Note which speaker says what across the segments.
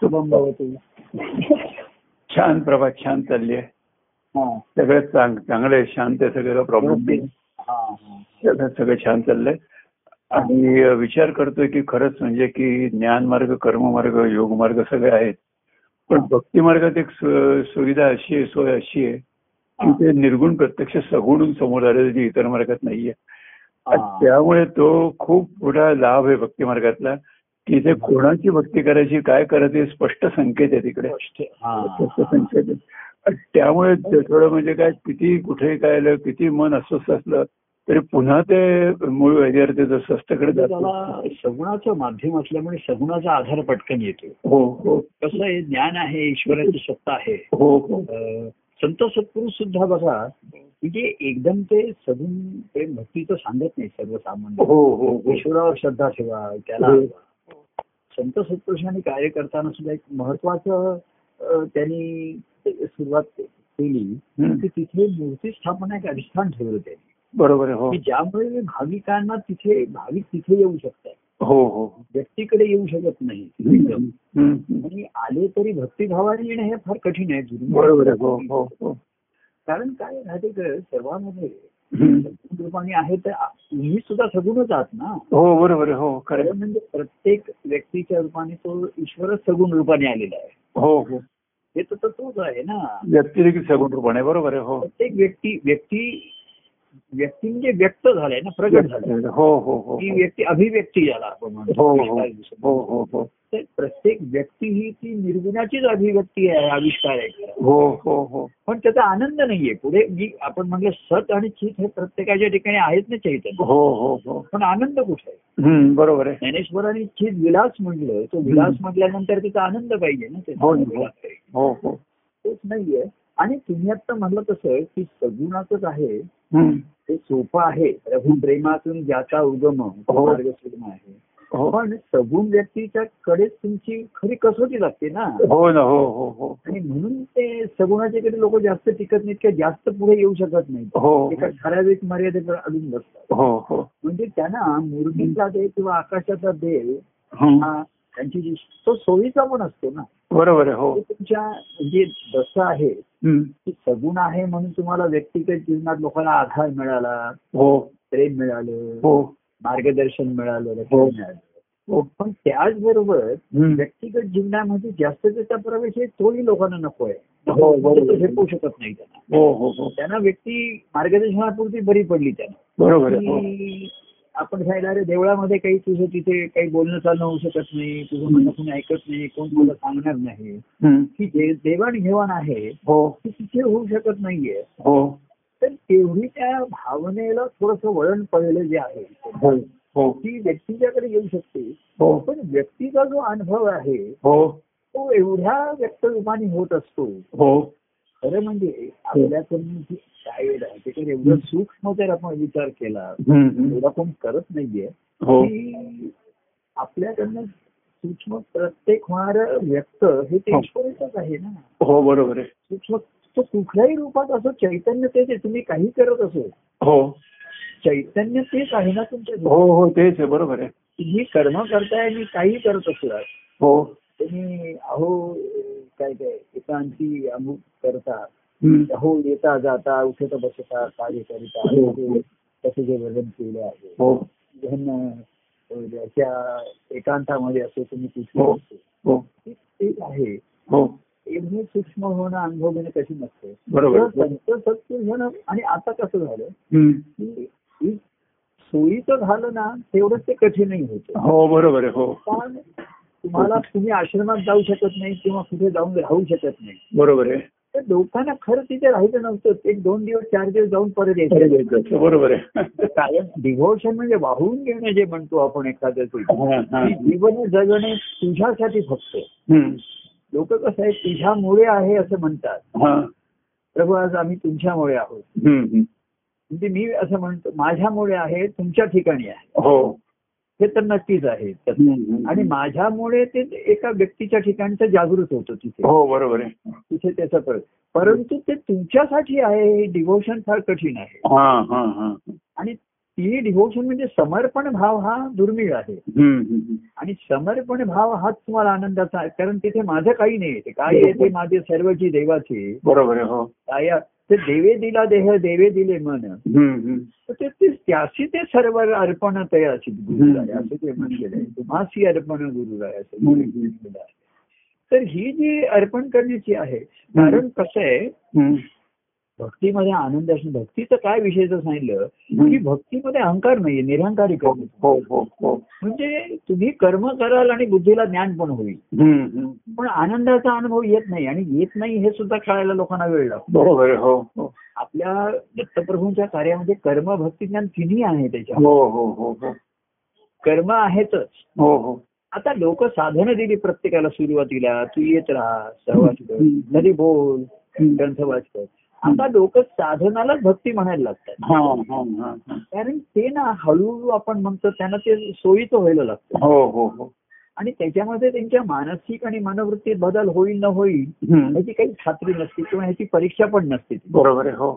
Speaker 1: शुभम भवतु
Speaker 2: छान प्रभा छान चालली आहे
Speaker 1: हा
Speaker 2: सगळं चांग चांगलं आहे शांत आहे सगळं प्रॉब्लेम
Speaker 1: व्यवस्थित.
Speaker 2: नाही
Speaker 1: हा, हा.
Speaker 2: सगळं सगळं छान चाललंय आणि अ, विचार करतोय की खरंच म्हणजे की ज्ञान मार्ग कर्ममार्ग योग मार्ग सगळे आहेत पण भक्ती मार्गात एक सु- सुविधा अशी आहे सोय अशी आहे की ते निर्गुण प्रत्यक्ष सगुण समोर आलेलं जे इतर मार्गात नाहीये आणि
Speaker 1: हा.
Speaker 2: त्यामुळे तो खूप मोठा लाभ आहे भक्ती मार्गातला की ते कोणाची भक्ती करायची काय करायची हे स्पष्ट संकेत आहे तिकडे
Speaker 1: गोष्ट. हा.
Speaker 2: स्पष्ट संकेत आहे. आणि त्यामुळे ते थोडं म्हणजे काय किती कुठे काय आलं किती मन अस्वस्थ असलं तरी पुन्हा ते मूळ वैद्यार ते जसं स्पष्टकडे
Speaker 1: म्हणजे
Speaker 2: जातं
Speaker 1: त्याला सगुणाचं माध्यम असल्यामुळे सगुणाचा आधार पटकन येतो
Speaker 2: हो हो
Speaker 1: कसं आहे ज्ञान आहे ईश्वराची सत्ता आहे
Speaker 2: हो हो
Speaker 1: अं, संत सत्पुरुष सुद्धा बघा म्हणजे एकदम ते सगुण प्रेम भक्तीचं सांगत नाही सर्वसामान्य
Speaker 2: हो हो हो.
Speaker 1: ईश्वरावर श्रद्धा ठेवा त्याला
Speaker 2: हो.
Speaker 1: संत सत्पुरुषांनी कार्य करताना सुद्धा एक महत्वाचं अं, त्यांनी सुरुवात केली
Speaker 2: हम्म.
Speaker 1: की तिथे मूर्ती स्थापना एक अधिष्ठान ठेवलं त्यांनी
Speaker 2: बरोबर आहे हो
Speaker 1: की ज्यामुळे भाविकांना तिथे भाविक तिथे येऊ शकतात
Speaker 2: हो हो
Speaker 1: व्यक्तीकडे येऊ शकत नाही
Speaker 2: हम्म. हम्म.
Speaker 1: आणि आले तरी भक्तिभावाने येणं हे फार कठीण आहे दुर्मिळ.
Speaker 2: बरोबर आहे हो हो हो
Speaker 1: कारण काय राहते ग, सर्वांमध्ये
Speaker 2: हम्म.
Speaker 1: सगुण रूपाने आहे तर आ- तुम्ही सुद्धा सगुणच आहात ना
Speaker 2: हो बरोबर आहे हो खरं आहे.
Speaker 1: खरं म्हणजे प्रत्येक व्यक्तीच्या रूपाने तो ईश्वर सगुण रूपाने आलेला आहे
Speaker 2: हो हो
Speaker 1: हे तर तो- तोच आहे ना
Speaker 2: व्यक्ती देखील सगुण रूपाने बरोबर आहे हो
Speaker 1: प्रत्येक व्यक्ती व्यक्ती व्यक्ती म्हणजे व्यक्त झालाय ना प्रगट झालाय
Speaker 2: हो हो हो
Speaker 1: ती व्यक्ती अभिव्यक्ती झाला आपण
Speaker 2: हो
Speaker 1: म्हणतो
Speaker 2: हो
Speaker 1: आविष्कार
Speaker 2: हो
Speaker 1: दिसतो.
Speaker 2: हो हो
Speaker 1: तर प्रत्येक व्यक्ती ही ती निर्गुणाचीच अभिव्यक्ती आहे आविष्कार आहे खरा.
Speaker 2: हो हो हो
Speaker 1: पण त्याचा आनंद नाहीये पुढे जी आपण म्हणलं सत आणि चित हे प्रत्येकाच्या ठिकाणी आहेत ना चैतन्य
Speaker 2: हो हो हो
Speaker 1: पण आनंद कुठे आहे
Speaker 2: हम्म, बरोबर आहे
Speaker 1: ज्ञानेश्वरांनी चित विलास म्हटलं तो विलास म्हटल्यानंतर त्याचा आनंद पाहिजे ना त्याचा
Speaker 2: हो, हो.
Speaker 1: विलास पाहिजे.
Speaker 2: हो हो
Speaker 1: तोच नाहीये आणि तुम्ही आता म्हणलं तसं की सगुणाचंच आहे
Speaker 2: हम्म,
Speaker 1: ते सोपं आहे रघु प्रेमातून ज्याचा उगम
Speaker 2: हो.
Speaker 1: तो मार्ग सुगम आहे
Speaker 2: हो
Speaker 1: पण सगुण व्यक्तीच्या कडेच तुमची खरी कसोटी लागते ना
Speaker 2: हो ना हो हो हो
Speaker 1: आणि म्हणून ते सगुणाच्याकडे लोक जास्त टिकत नाहीत किंवा जास्त पुढे येऊ शकत नाहीत
Speaker 2: हो
Speaker 1: एका ठराविक मर्यादेकडे अजून बसतात
Speaker 2: हो हो
Speaker 1: म्हणजे त्यांना मुर्गीचा देव किंवा आकाशाचा देव
Speaker 2: हम्म,
Speaker 1: हा त्यांची जी तो सोयीचा पण असतो ना
Speaker 2: बरोबर आहे हो
Speaker 1: तो तुमच्या म्हणजे जसं आहे
Speaker 2: हम्म,
Speaker 1: की सगुण आहे म्हणून तुम्हाला व्यक्तिगत जीवनात लोकांना आधार मिळाला
Speaker 2: हो
Speaker 1: प्रेम मिळालं
Speaker 2: हो
Speaker 1: मार्गदर्शन मिळालं लक्ष
Speaker 2: हो.
Speaker 1: मिळालं
Speaker 2: हो
Speaker 1: पण त्याचबरोबर
Speaker 2: हम्म,
Speaker 1: व्यक्तिगत जीवनामध्ये जास्त त्याचा प्रवेश आहे तोही लोकांना नको आहे
Speaker 2: हो, बरोबर.
Speaker 1: तो झेपू शकत नाही त्यांना
Speaker 2: हो हो हो
Speaker 1: त्यांना व्यक्ती मार्गदर्शनापुरती बरी पडली त्यांना
Speaker 2: बरोबर आहे हो
Speaker 1: की आपण सांगितलं अरे देवळामध्ये काही तुझं तिथे काही बोलणं चालणं होऊ शकत नाही तुझं म्हणणं कोणी ऐकत नाही कोण तुला सांगणार नाही
Speaker 2: हम्म,
Speaker 1: ही जे देवाणघेवाण आहे
Speaker 2: हो
Speaker 1: ती तिथे होऊ शकत नाहीये
Speaker 2: हो
Speaker 1: तर तेवढी त्या भावनेला थोडस वळण पडलं जे आहे
Speaker 2: हो हो
Speaker 1: ती व्यक्तीच्याकडे येऊ शकते
Speaker 2: हो
Speaker 1: पण व्यक्तीचा जो अनुभव आहे
Speaker 2: हो
Speaker 1: तो एवढ्या व्यक्त रूपाने होत असतो
Speaker 2: हो
Speaker 1: खरं म्हणजे आपल्याकडून जी काय राहते कारण एवढं सूक्ष्म जर आपण विचार केला
Speaker 2: हम्म, हम्म,
Speaker 1: एवढा कोण करत नाहीये
Speaker 2: हो
Speaker 1: की आपल्याकडनं सूक्ष्म प्रत्येक होणार व्यक्त हे ते
Speaker 2: हो.
Speaker 1: ईश्वराचंच आहे ना
Speaker 2: हो बरोबर आहे
Speaker 1: सूक्ष्म तो कुठल्याही रूपात असो चैतन्य तेच आहे तुम्ही काही करत असो
Speaker 2: हो
Speaker 1: चैतन्य तेच आहे ना तुमच्या
Speaker 2: हो हो तेच आहे बरोबर आहे
Speaker 1: तुम्ही कर्म करताय आणि काही करत असलात
Speaker 2: हो
Speaker 1: तुम्ही अहो काय काय एकांती अमुक करता
Speaker 2: हम्म,
Speaker 1: हो येता जाता उठता बसता कार्य करिता
Speaker 2: हो.
Speaker 1: असे- तसे जे वर्णन केले आहे
Speaker 2: हो
Speaker 1: इव्हन, अं, याच्या एकांतामध्ये असो तुम्ही कुठे
Speaker 2: हो.
Speaker 1: असो
Speaker 2: हो
Speaker 1: ते- तेच आहे
Speaker 2: हो
Speaker 1: एवढे सूक्ष्म होणं अनुभव घेणं कठीण नसते
Speaker 2: बरोबर आहे.
Speaker 1: संत सत्य घेणं आणि आता कसं झालं
Speaker 2: हम्म.
Speaker 1: की हे सोयीचं झालं ना तेवढंच ते कठीणही होतं
Speaker 2: हो बरोबर आहे हो
Speaker 1: कारण तुम्हाला तुम्ही आश्रमात जाऊ शकत नाही किंवा कुठे जाऊन राहू शकत नाही
Speaker 2: बरोबर आहे
Speaker 1: तर लोकांना खरं तिथे राहायचं नव्हतं एक दोन दिवस चार दिवस जाऊन परत
Speaker 2: खरं
Speaker 1: यायचं
Speaker 2: बोलतोय. तो बरोबर आहे
Speaker 1: कारण डिव्होशन म्हणजे वाहून घेणं जे म्हणतो आपण एखाद्याचं
Speaker 2: हा, हा.
Speaker 1: जीवन जगणे तुझ्यासाठी फक्त
Speaker 2: हम्म.
Speaker 1: लोक कसं आहे तुझ्यामुळे आहे असं म्हणतात
Speaker 2: हा.
Speaker 1: प्रभू आज आम्ही तुमच्यामुळे आहोत
Speaker 2: हम्म, हम्म.
Speaker 1: म्हणजे मी असं म्हणतो माझ्यामुळे आहे तुमच्या ठिकाणी आहे
Speaker 2: हो
Speaker 1: हे तर नक्कीच आहे
Speaker 2: हम्म, हम्म.
Speaker 1: आणि माझ्यामुळे ते एका व्यक्तीच्या ठिकाणचं जागृत होतं तिथे
Speaker 2: हो बरोबर आहे
Speaker 1: तिथे त्याचा परत परंतु ते तुमच्यासाठी आहे हे डिव्होशन फार कठीण आहे
Speaker 2: हा हा हा
Speaker 1: आणि ती डिव्होशन म्हणजे समर्पण भाव हा दुर्मिळ आहे
Speaker 2: हम्म, हम्म,
Speaker 1: आणि समर्पण भाव हाच तुम्हाला आनंदाचा आहे कारण तिथे माझं काही नाही ते काय आहे ते माझे सर्वची देवाचे
Speaker 2: बरोबर आहे हो
Speaker 1: काय आहे? ते देवे दिला देह देवे दिले मन
Speaker 2: हम्म, हम्म.
Speaker 1: तर ते ते त्याशी ते सर्व अर्पण तयाची गुरुराय असं ते म्हणलेलं आहे तुम्हाशी अर्पण गुरुराय असं
Speaker 2: हम्म.
Speaker 1: म्हणलेलं आहे. तर ही जी अर्पण करण्याची आहे कारण कसं आहे
Speaker 2: हम्म,
Speaker 1: भक्तीमध्ये आनंद असणं भक्तीचं काय विशेष सांगितलं की
Speaker 2: हम्म.
Speaker 1: भक्तीमध्ये अहंकार नाहीये निरंकारी
Speaker 2: हो
Speaker 1: करणे
Speaker 2: हो हो हो
Speaker 1: म्हणजे तुम्ही कर्म कराल आणि बुद्धीला ज्ञान पण होईल
Speaker 2: हम्म, हम्म.
Speaker 1: पण आनंदाचा अनुभव येत नाही आणि येत नाही हे सुद्धा कळायला लोकांना वेळ लागतो
Speaker 2: बरोबर आहे हो हो
Speaker 1: आपल्या दत्तप्रभूंच्या कार्यामध्ये कर्म भक्ती ज्ञान तिन्ही आहे त्याच्या
Speaker 2: हो हो हो हो
Speaker 1: कर्म आहेतच
Speaker 2: हो हो
Speaker 1: आता लोक साधनं दिली प्रत्येकाला सुरुवातीला तू येत राहा सहवास कर
Speaker 2: हम्म.
Speaker 1: नदी बोल
Speaker 2: हम्म.
Speaker 1: ग्रंथ वाच कर आता लोक साधनालाच भक्ती म्हणायला लागतात
Speaker 2: हा, हा, हा, हा.
Speaker 1: कारण ते ना हळूहळू आपण म्हणतो त्यांना ते सोयीचं व्हायला लागतं
Speaker 2: हो हो हो
Speaker 1: आणि त्याच्यामध्ये त्यांच्या मानसिक आणि मनोवृत्तीत बदल होईल न होईल
Speaker 2: हम्म.
Speaker 1: याची काही खात्री नसते किंवा ह्याची परीक्षा पण नसते
Speaker 2: बरोबर आहे हो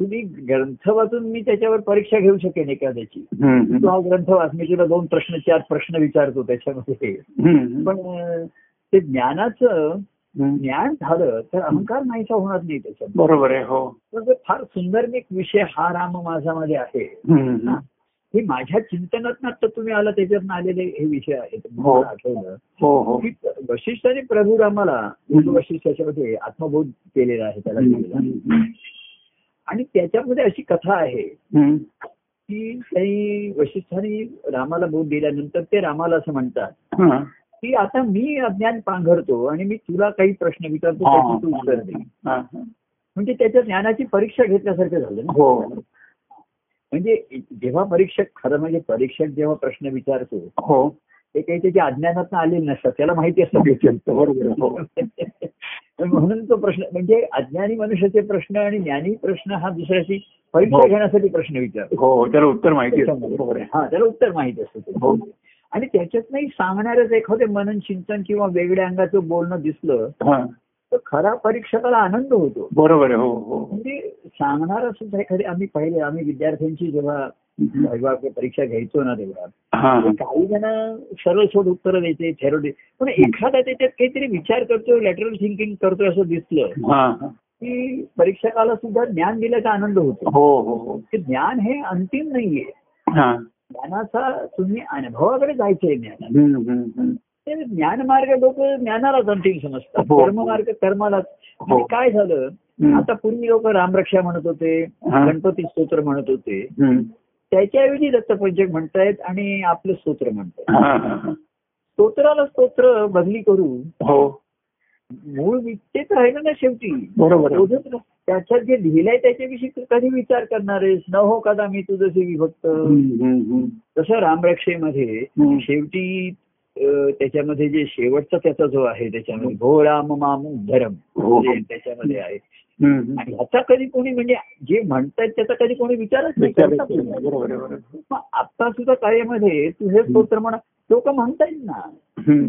Speaker 1: तुम्ही ग्रंथ वाचून मी त्याच्यावर परीक्षा घेऊ शकेन एखाद्याची
Speaker 2: हम्म,
Speaker 1: तू
Speaker 2: हम्म.
Speaker 1: हा ग्रंथ वाच मी तुला दोन प्रश्न चार प्रश्न विचारतो त्याच्यामध्ये
Speaker 2: हम्म,
Speaker 1: पण अं, ते ज्ञानाचं
Speaker 2: हम्म.
Speaker 1: ज्ञान झालं तर अहंकार नाहीसा होणार नाही त्याच्यामध्ये
Speaker 2: बरोबर आहे हो
Speaker 1: तर ते फार सुंदर एक विषय हा राम माझ्यामध्ये आहे
Speaker 2: हम्म, हम्म.
Speaker 1: हे माझ्या चिंतनात तर तुम्ही आला त्याच्यातनं आलेले हे विषय आहेत
Speaker 2: हो.
Speaker 1: मला आठवलं
Speaker 2: हो हो
Speaker 1: की वशिष्ठाने प्रभू रामाला गुरु वशिष्ठाच्यामध्ये आत्मबोध केलेला आहे त्याला दिलेला आहे.
Speaker 2: हम्म.
Speaker 1: आणि त्याच्यामध्ये अशी कथा आहे की त्यांनी वशिष्ठाने रामाला बोध दिल्यानंतर ते रामाला असं म्हणतात
Speaker 2: हा.
Speaker 1: की आता मी अज्ञान पांघरतो आणि मी तुला काही प्रश्न विचारतो
Speaker 2: हा,
Speaker 1: त्याची तू उत्तर दे
Speaker 2: हा, हा.
Speaker 1: म्हणजे त्याच्या ज्ञानाची परीक्षा घेतल्यासारखं झालं ना
Speaker 2: हो
Speaker 1: म्हणजे जेव्हा परीक्षक खरं म्हणजे परीक्षक जेव्हा प्रश्न विचारतो
Speaker 2: हो
Speaker 1: ते काही त्याच्या अज्ञानात आलेले नसतात त्याला माहिती असतं ते उत्तर.
Speaker 2: बरोबर आहे, हो.
Speaker 1: पण म्हणून तो प्रश्न म्हणजे अज्ञानी मनुष्याचे प्रश्न आणि ज्ञानी प्रश्न हा दुसऱ्याची परीक्षा
Speaker 2: हो.
Speaker 1: घेण्यासाठी प्रश्न विचारतो
Speaker 2: हो त्याला उत्तर माहिती
Speaker 1: 어,
Speaker 2: आहे बरोबर आहे
Speaker 1: हा त्याला उत्तर माहिती असतं
Speaker 2: हो
Speaker 1: ते. आणि त्याच्यात नाही सांगणारच एखादे मनन चिंतन किंवा वेगळ्या अंगाचं बोलणं दिसलं
Speaker 2: हा.
Speaker 1: तर खरा परीक्षकाला आनंद होतो
Speaker 2: बरोबर आहे हो हो
Speaker 1: म्हणजे सांगणारा सुद्धा एखादी आम्ही पाहिले आम्ही विद्यार्थ्यांची जेव्हा
Speaker 2: हम्म.
Speaker 1: अभिभावक परीक्षा घ्यायचो ना तेव्हा
Speaker 2: हा
Speaker 1: तर काही जण सरळ सोड उत्तरं द्यायचे थेरोडी पण एखादा त्याच्यात काहीतरी विचार करतो लॅटरल थिंकिंग करतोय असं दिसलं
Speaker 2: हा हा.
Speaker 1: की परीक्षकाला सुद्धा ज्ञान दिल्याचा आनंद होतो
Speaker 2: हो हो हो
Speaker 1: ते ज्ञान हे अंतिम नाहीये
Speaker 2: हा
Speaker 1: ज्ञानाचा तुम्ही अनुभवाकडे जायचंय ज्ञान
Speaker 2: हम्म, हम्म, हम्म.
Speaker 1: ते ज्ञानमार्ग लोक ज्ञानालाच अंतिम समजतात
Speaker 2: हो.
Speaker 1: कर्ममार्ग कर्मालाच आणि काय झालं
Speaker 2: हम्म.
Speaker 1: आता पूर्वी लोक रामरक्षा म्हणत होते
Speaker 2: हा.
Speaker 1: गणपती स्तोत्र म्हणत होते
Speaker 2: हम्म.
Speaker 1: त्याच्याऐवजी दत्तपंचक म्हणतायत आणि आपलं स्तोत्र म्हणतायत
Speaker 2: हा, हा, हा.
Speaker 1: स्तोत्राला स्तोत्र बदली करून
Speaker 2: हो
Speaker 1: मूळ वि- तेच राहिलं ना शेवटी
Speaker 2: बरोबर आहे.
Speaker 1: शोधत राह- त्याच्यात जे लिहिलंय त्याच्याविषयी कधी विचार करणारेस न हो कदा मी तुझशी विभक्त
Speaker 2: हम्म, हम्म, हम्म.
Speaker 1: तसं रामरक्षेमध्ये
Speaker 2: हम्म.
Speaker 1: शेवटी अं, त्याच्यामध्ये जे शेवटचा त्याचा जो आहे त्याच्यामध्ये भो राम माम धरम
Speaker 2: हो.
Speaker 1: जे त्याच्यामध्ये आहे
Speaker 2: हम्म, हम्म.
Speaker 1: आणि ह्याचा कधी कोणी म्हणजे जे म्हणतायत त्याचा कधी कोणी विचारच नाही
Speaker 2: विचार
Speaker 1: करतच
Speaker 2: केला.
Speaker 1: नाही.
Speaker 2: बरोबर आहे, बरोबर आहे.
Speaker 1: मग आता सुद्धा कार्यामध्ये तुझे स्तोत्र म्हणा लोक म्हणतायत ना
Speaker 2: हम्म.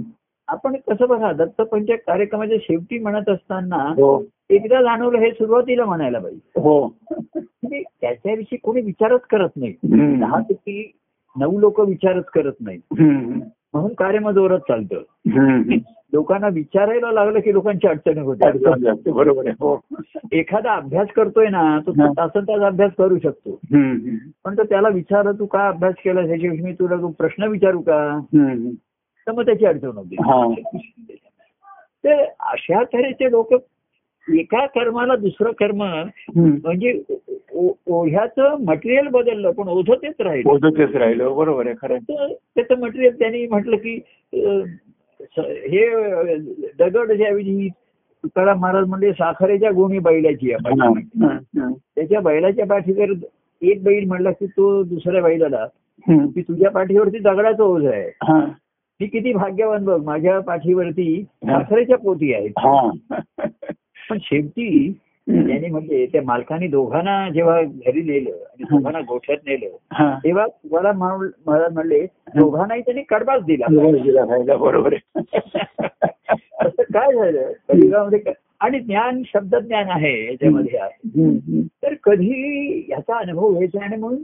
Speaker 1: आपण कसं बघा दत्तपंचक कार्यक्रमाच्या शेवटी म्हणत असताना
Speaker 2: हो
Speaker 1: एकदा जाणवलं हे सुरुवातीला म्हणायला पाहिजे
Speaker 2: हो
Speaker 1: म्हणजे त्याच्याविषयी कोणी विचारच करत नाही
Speaker 2: हम्म.
Speaker 1: दहापैकी नऊ लोक विचारच करत नाही
Speaker 2: हम्म,
Speaker 1: म्हणून कार्यमा जोरात चालतं
Speaker 2: हम्म, हम्म.
Speaker 1: लोकांना विचारायला लागलं की लोकांची अडचणी
Speaker 2: अडचण
Speaker 1: होते
Speaker 2: लागते, बरोबर आहे हो
Speaker 1: एखादा अभ्यास करतोय ना तो
Speaker 2: हा.
Speaker 1: तासन तास अभ्यास करू शकतो
Speaker 2: हम्म, हम्म.
Speaker 1: पण तो त्याला विचारलं तू का अभ्यास केला त्याच्याविषयी मी तुला तो प्रश्न विचारू का
Speaker 2: हम्म.
Speaker 1: तर मग त्याची अडचण
Speaker 2: हा.
Speaker 1: होती तर अशा तऱ्हेचे लोक एका कर्माला दुसरं कर्म
Speaker 2: हम्म.
Speaker 1: म्हणजे ओ- ओढ्याचं मटेरियल बदललं पण ओझं तेच राहिलं
Speaker 2: बोधतेच राहिलं बरोबर आहे खरं आहे.
Speaker 1: तर त्याचं मटेरियल त्यांनी म्हटलं की अं, स- हे अं, दगडच्या ऐवजी तुकाराम महाराज म्हणजे साखरेच्या गुणी बैलाची आहे
Speaker 2: हा,
Speaker 1: पाठी.
Speaker 2: हा, हा.
Speaker 1: त्याच्या बैलाच्या पाठीवर एक बैल म्हणला की तो दुसऱ्या बैलाला
Speaker 2: हम्म.
Speaker 1: की तुझ्या पाठीवरती दगडाचं ओझ आहे
Speaker 2: हा,
Speaker 1: मी किती भाग्यवान बघ माझ्या पाठीवरती साखरेच्या पोती आहेत
Speaker 2: हा.
Speaker 1: पण शेवटी
Speaker 2: हम्म.
Speaker 1: त्याने म्हणजे त्या मालकाने दोघांना जेव्हा घरी नेलं आणि दोघांना गोठ्यात नेलं
Speaker 2: हा.
Speaker 1: तेव्हा तुकाराम महाराज महाराज म्हणले दोघांनाही त्यांनी कडबाच दिला
Speaker 2: बरोबर दिला राहिला, बरोबर आहे
Speaker 1: असं काय झालं कलियुगामध्ये क- आणि ज्ञान शब्द ज्ञान आहे याच्यामध्ये आहे
Speaker 2: हम्म, हम्म.
Speaker 1: तर कधी याचा अनुभव घ्यायचा आणि म्हणून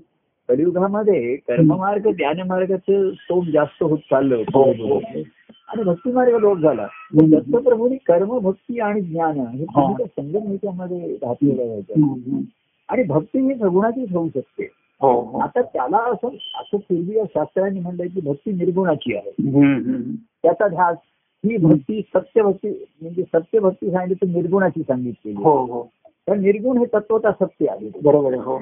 Speaker 1: कलियुगामध्ये कर्ममार्ग ज्ञानमार्गाचं सोम जास्त होत चाललं
Speaker 2: हो,
Speaker 1: होतं आणि भक्तिमार्ग लोप झाला दत्तप्रभूंनी कर्म भक्ती आणि ज्ञान हे
Speaker 2: हा.
Speaker 1: तिन्हीचा संगम याच्यामध्ये घातलेला जायचं आणि भक्ती ही सगुणाचीच होऊ शकते
Speaker 2: हो हो
Speaker 1: आता त्याला असं असं पूर्वी या शास्त्रांनी म्हणलंय की भक्ती निर्गुणाची आहे
Speaker 2: हम्म, हम्म.
Speaker 1: त्याचा ध्यास ही भक्ती सत्य भक्ती म्हणजे सत्य भक्ती सांगितली तर निर्गुणाची सांगितलेली आहे.
Speaker 2: हो हो
Speaker 1: तर निर्गुण हे तत्वता सत्य आहे
Speaker 2: बरोबर आहे हो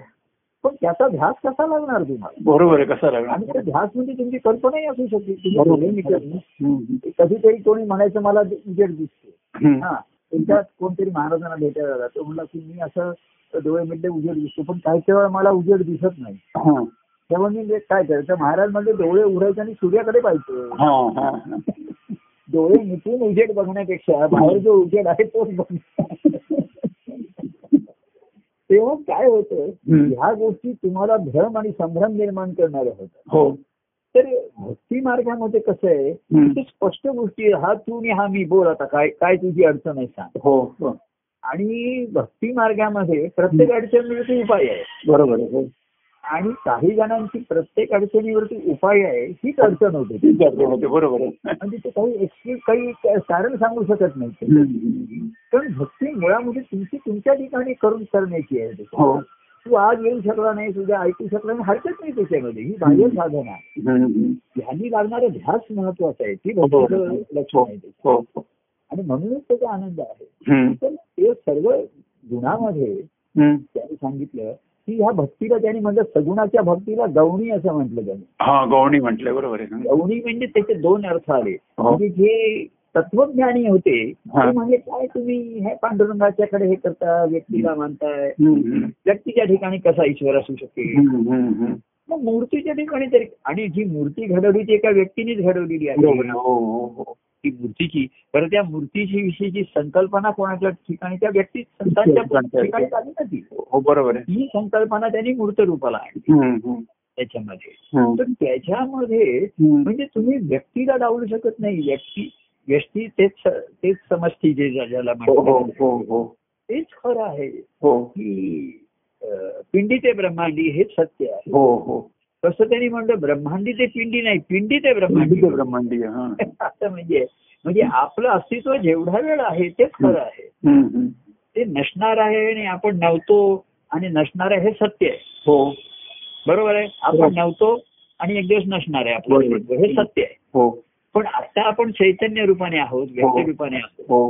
Speaker 1: पण त्याचा ध्यास कसा लागणार तुम्हाला
Speaker 2: बरोबर आहे कसा
Speaker 1: आणि
Speaker 2: लागणार
Speaker 1: तो ध्यास म्हणजे तुमची कल्पनाही असू शकते तुम्ही
Speaker 2: बरोबर.
Speaker 1: बोलू नाही शकत.
Speaker 2: हम्म,
Speaker 1: कधीतरी कोणी म्हणायचं मला उजेड दिसते
Speaker 2: हम्म.
Speaker 1: हा एकदा कोणतरी महाराजांना भेटायला आला तो म्हणला की मी असं डोळे मिळले उजेड दिसतो पण काही वेळा मला उजेड दिसत नाही
Speaker 2: हा,
Speaker 1: तेव्हा मी म्हणजे काय करायचं महाराज म्हणजे डोळे उघडायचे आणि सूर्याकडे पाहिजे
Speaker 2: हा, हा, हा.
Speaker 1: डोळे मिटून उजेड बघण्यापेक्षा बाहेर जो उजेड आहे तोच बघ तेव्हा काय होतं
Speaker 2: हम्म.
Speaker 1: ह्या गोष्टी तुम्हाला भ्रम आणि संभ्रम निर्माण करणाऱ्या होत्या
Speaker 2: हो
Speaker 1: तर भक्ती मार्गामध्ये कसं आहे
Speaker 2: हम्म.
Speaker 1: ते स्पष्ट गोष्टी आहे. हा तू आणि हा मी बोल आता काय काय तुझी अडचण आहे सांग
Speaker 2: हो हो
Speaker 1: आणि भक्ती मार्गामध्ये प्रत्येक अडचणीवरती उपाय आहे
Speaker 2: बरोबर आहे हो.
Speaker 1: आणि काही जणांची प्रत्येक अडचणीवरती उपाय आहे हीच अडचण होते
Speaker 2: ठीक आहे, होते बरोबर आहे
Speaker 1: म्हणजे ते काही एक्सक्यूज काही कारण सांगू शकत नाही ते.
Speaker 2: हम्म, हम्म.
Speaker 1: पण भक्ती मुळामध्ये तुमची तुमच्या ठिकाणी करून करण्याची आहे ते.
Speaker 2: हो
Speaker 1: तू आज येऊ शकला नाही तुझ्या ऐकू शकला नाही हरकत नाही त्याच्यामध्ये ही बाह्य साधना
Speaker 2: हम्म, हम्म.
Speaker 1: ह्यानी लागणारा ध्यास महत्वाचा आहे ती
Speaker 2: बरोबर.
Speaker 1: भक्तीचं लक्ष
Speaker 2: हो
Speaker 1: आहे ते.
Speaker 2: हो हो.
Speaker 1: आणि म्हणूनच त्याचा आनंद आहे
Speaker 2: हम्म,
Speaker 1: तर ते सर्व गुणामध्ये
Speaker 2: हम्म.
Speaker 1: त्यांनी सांगितलं की ह्या भक्तीला त्यांनी म्हणलं सगुणाच्या भक्तीला गवणी असं म्हटलं त्यांनी
Speaker 2: हा गवणी म्हटलंय बरोबर आहे हम्म.
Speaker 1: गवणी म्हणजे त्याचे दोन अर्थ आले
Speaker 2: हो.
Speaker 1: म्हणजे जे तत्वज्ञानी होते
Speaker 2: हा.
Speaker 1: ते म्हणजे काय तुम्ही हे पांडुरंगाच्याकडे हे करता व्यक्तीला मानताय
Speaker 2: हम्म,
Speaker 1: व्यक्तीच्या ठिकाणी कसा ईश्वर असू शकेल
Speaker 2: हम्म, हम्म, हम्म.
Speaker 1: मग मूर्तीच्या ठिकाणी तरी आणि जी मूर्ती घडवली ती एका व्यक्तीनेच घडवलेली
Speaker 2: बरोबर
Speaker 1: आहे
Speaker 2: आहे. हो हो हो
Speaker 1: ती मूर्तीची बरं त्या मूर्तीची विषयीची संकल्पना कोणाच्या ठिकाणी त्या व्यक्ती संतांच्या ठिकाणी आली ना ती
Speaker 2: हो बरोबर आहे
Speaker 1: ही संकल्पना त्यांनी मूर्त रूपाला आणली
Speaker 2: हम्म, हम्म,
Speaker 1: त्याच्यामध्ये
Speaker 2: हम्म.
Speaker 1: तर त्याच्यामध्ये
Speaker 2: हम्म.
Speaker 1: म्हणजे तुम्ही व्यक्तीला डावलू शकत नाही व्यक्ती व्यक्ती तेच तेच समजती जे ज्या- ज्याला
Speaker 2: हो हो
Speaker 1: म्हणतात
Speaker 2: हो हो
Speaker 1: तेच खरं आहे
Speaker 2: हो
Speaker 1: की अं, पिंडी ते ब्रह्मांडी हे सत्य आहे
Speaker 2: हो हो
Speaker 1: तसं त्यांनी म्हणलं ब्रह्मांडी ते पिंडी नाही पिंडी ते ब्रह्मांडी
Speaker 2: ब्रह्मांडी ब्रह्मांडी आहे, हा
Speaker 1: असं म्हणजे म्हणजे आपलं अस्तित्व जेवढा वेळ आहे तेच खरं आहे
Speaker 2: हम्म, हम्म.
Speaker 1: ते नसणार आहे आणि आपण नव्हतो आणि नसणार आहे हे सत्य आहे
Speaker 2: हो
Speaker 1: बरोबर आहे आपण
Speaker 2: बरोबर.
Speaker 1: नव्हतो आणि एक दिवस नसणार आहे आपलं
Speaker 2: बरोबर.
Speaker 1: अस्तित्व. हे सत्य आहे
Speaker 2: हो
Speaker 1: पण आता आपण चैतन्य रूपाने आहोत व्यक्ती रूपाने आहोत
Speaker 2: हो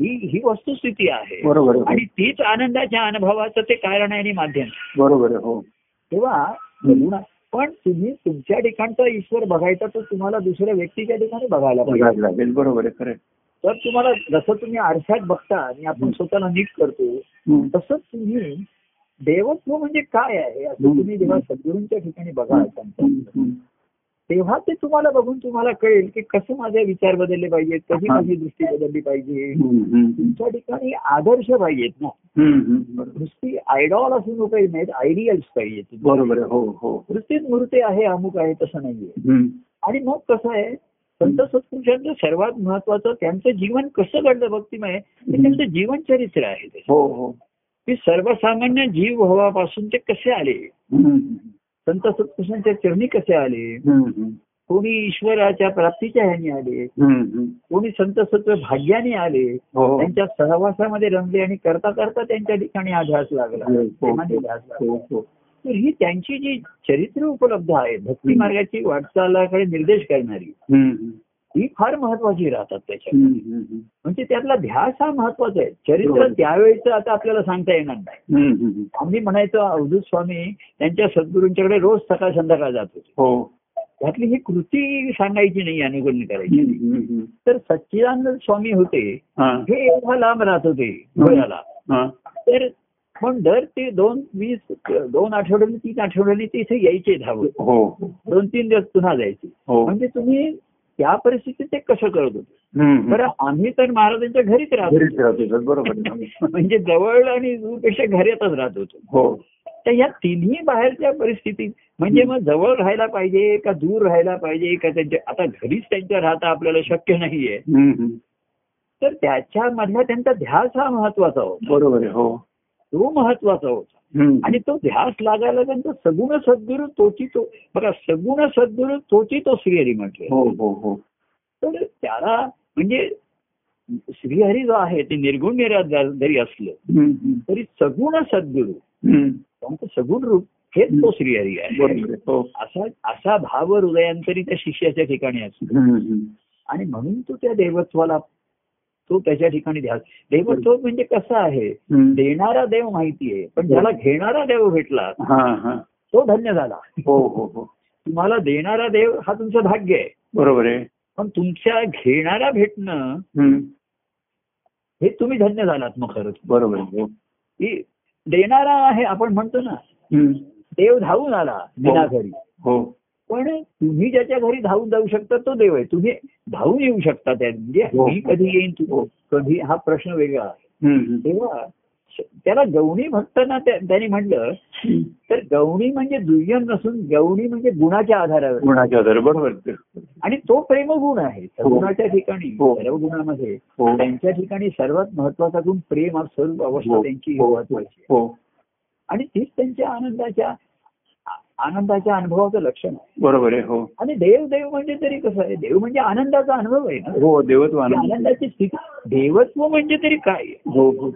Speaker 1: ही ही वस्तुस्थिती आहे
Speaker 2: बरोबर आहे
Speaker 1: आणि तीच आनंदाच्या अनुभवाचं ते कारण आहे आणि माध्यम आहे.
Speaker 2: बरोबर आहे हो
Speaker 1: तेव्हा गुण- पण तुम्ही तुमच्या ठिकाणचा ईश्वर बघायचा तर तुम्हाला दुसऱ्या व्यक्तीच्या ठिकाणी बघायला पाहिजे
Speaker 2: बघायला लागेल बरोबर आहे खरं आहे.
Speaker 1: तर तुम्हाला जसं तुम्ही आरशात बघता आणि आपण स्वतःला नीट करतो
Speaker 2: हम्म.
Speaker 1: तसंच तुम्ही देवत्व म्हणजे काय आहे असं
Speaker 2: हम्म.
Speaker 1: तुम्ही जेव्हा सद्गुरूंच्या ठिकाणी बघाल त्यांचं,
Speaker 2: हम्म, हम्म.
Speaker 1: तेव्हा ते तुम्हाला बघून तुम्हाला कळेल की कसं माझे विचार बदलले पाहिजेत कशी
Speaker 2: हा.
Speaker 1: माझी दृष्टी बदलली पाहिजे
Speaker 2: हम्म, हम्म.
Speaker 1: तुमच्या ठिकाणी आदर्श पाहिजेत ना
Speaker 2: हम्म, हम्म. बरोबर.
Speaker 1: नुसती आयडॉल असून लोक नाहीत आयडियल्स पाहिजेत
Speaker 2: बरोबर आहे हो हो
Speaker 1: नुसतीच मूर्ती आहे अमुक आहे तसं नाहीये
Speaker 2: हम्म.
Speaker 1: आणि मग कसं आहे संत सत्पुरुषांचं सर्वात महत्वाचं त्यांचं जीवन कसं घडलं भक्तिमय हे त्यांचं जीवन चरित्र आहे ते.
Speaker 2: हो हो
Speaker 1: की सर्वसामान्य जीव भावापासून ते कसे आले
Speaker 2: हम्म,
Speaker 1: संत सत्पुरुषांच्या चरणी कसे आले
Speaker 2: हम्म. हम्म,
Speaker 1: कोणी ईश्वराच्या प्राप्तीच्या ह्याने आले
Speaker 2: हम्म.
Speaker 1: कोणी संत सत्व भाग्याने आले
Speaker 2: हो हो
Speaker 1: त्यांच्या सहवासामध्ये रमले आणि करता करता त्यांच्या ठिकाणी आभास लागला
Speaker 2: हो, हो.
Speaker 1: प्रेमाने ध्यास लागला
Speaker 2: हो, हो.
Speaker 1: तर ही त्यांची जी चरित्र उपलब्ध आहे भक्ती मार्गाची वाटचालाकडे निर्देश करणारी
Speaker 2: हम्म, हम्म.
Speaker 1: ही फार महत्वाची राहतात त्याच्यात
Speaker 2: हम्म, हम्म.
Speaker 1: म्हणजे त्यातला ध्यास हा महत्वाचा आहे चरित्र
Speaker 2: बरोबर.
Speaker 1: त्यावेळेचं आता आपल्याला सांगता येणार नाही
Speaker 2: हम्म, हम्म.
Speaker 1: आम्ही म्हणायचो अवधूत स्वामी त्यांच्या सद्गुरूंच्याकडे रोज सकाळ संध्याकाळ जात होते
Speaker 2: हो
Speaker 1: त्यातली ही कृती सांगायची नाही अनुकरण करायची
Speaker 2: हम्म, हम्म, हम्म.
Speaker 1: तर सच्चिदानंद स्वामी होते
Speaker 2: हा,
Speaker 1: हे एवढा लांब राहत होते गोव्याला
Speaker 2: हा.
Speaker 1: तर पण दर ते दोन वीस दोन आठवड्यांनी तीन आठवड्यांनी ते इथे यायचे धावत
Speaker 2: हो हो
Speaker 1: दोन तीन दिवस पुन्हा जायचे
Speaker 2: हो
Speaker 1: म्हणजे तुम्ही त्या परिस्थितीत ते कसं करत होते
Speaker 2: हम्म, हम्म.
Speaker 1: बरं आम्ही तर महाराजांच्या घरीच राहत
Speaker 2: घरीच
Speaker 1: होतो
Speaker 2: राहत होतात, बरोबर आहे.
Speaker 1: म्हणजे जवळ आणि दूरपेक्षा घरातच राहत होतो
Speaker 2: हो
Speaker 1: तर या तिन्ही बाहेरच्या परिस्थितीत म्हणजे मग जवळ राहायला पाहिजे का दूर राहायला पाहिजे का त्यांच्या आता घरीच त्यांच्या राहता आपल्याला शक्य नाहीये
Speaker 2: हम्म, हम्म.
Speaker 1: तर त्याच्यामधला त्यांचा ध्यास हा महत्वाचा होता
Speaker 2: बरोबर आहे हो
Speaker 1: तो महत्वाचा होता
Speaker 2: हम्म.
Speaker 1: आणि तो ध्यास लागायला त्यांचा सगुण सद्गुरू तोची तो बघा सगुण सद्गुरू तोची तो श्रीहरी म्हटले
Speaker 2: हो हो हो
Speaker 1: तर त्याला म्हणजे श्रीहरी जो आहे ते निर्गुण निराधार जरी असलं
Speaker 2: हम्म, हम्म,
Speaker 1: तरी सगुण सद्गुरू
Speaker 2: हम्म.
Speaker 1: त्यामुळे सगुण रूप हेच तो श्रीहरी आहे
Speaker 2: बरोबर आहे. हो
Speaker 1: असा असा भाव हृदयांतरी त्या शिष्याच्या ठिकाणी असतो
Speaker 2: हम्म, हम्म.
Speaker 1: आणि म्हणून तो त्या देवत्वाला तो त्याच्या ठिकाणी ध्यास देवत्व म्हणजे कसं आहे
Speaker 2: हम्म.
Speaker 1: देणारा देव माहिती आहे पण ज्याला घेणारा देव भेटला
Speaker 2: हा हा
Speaker 1: तो धन्य झाला
Speaker 2: हो हो हो
Speaker 1: तुम्हाला देणारा देव हा तुमचं भाग्य आहे
Speaker 2: बरोबर आहे
Speaker 1: पण तुमच्या घेणारा भेटणं
Speaker 2: हम्म.
Speaker 1: हे तुम्ही धन्य झालात मग खरंच
Speaker 2: बरोबर आहे हो.
Speaker 1: की देणारा आहे आपण म्हणतो ना
Speaker 2: हम्म.
Speaker 1: देव धावून आला बिना घरी
Speaker 2: हो
Speaker 1: पण तुम्ही ज्याच्या घरी धावून जाऊ शकता तो देव आहे तुम्ही धावून येऊ शकता त्या म्हणजे
Speaker 2: हो.
Speaker 1: मी कधी येईन तू
Speaker 2: हो.
Speaker 1: कधी हा प्रश्न वेगळा आहे
Speaker 2: हम्म,
Speaker 1: तेव्हा श- त्याला गवणी भक्तांना त्या- त्यांनी म्हटलं
Speaker 2: हम्म.
Speaker 1: तर गवणी म्हणजे दुय्यम नसून गवणी म्हणजे गुणाच्या आधारावर
Speaker 2: गुणाच्या आधारे बरोबर आहे.
Speaker 1: आणि तो प्रेमगुण आहे सगुणाच्या ठिकाणी
Speaker 2: हो.
Speaker 1: सर्व गुणामध्ये
Speaker 2: हो
Speaker 1: त्यांच्या ठिकाणी सर्वात महत्वाचा गुण प्रेम हा स्वरूप अवस्था
Speaker 2: हो.
Speaker 1: त्यांची
Speaker 2: हो.
Speaker 1: महत्वाची आहे.
Speaker 2: हो
Speaker 1: आणि तीच त्यांच्या आनंदाच्या आ- आनंदाच्या अनुभवाचं लक्षण आहे
Speaker 2: बरोबर आहे हो
Speaker 1: आणि देव देव म्हणजे तरी कसं आहे देव म्हणजे आनंदाचा अनुभव आहे ना
Speaker 2: हो देवत्व
Speaker 1: ती
Speaker 2: आनंद
Speaker 1: आनंदाची स्थिती देवत्व म्हणजे तरी काय
Speaker 2: हो हो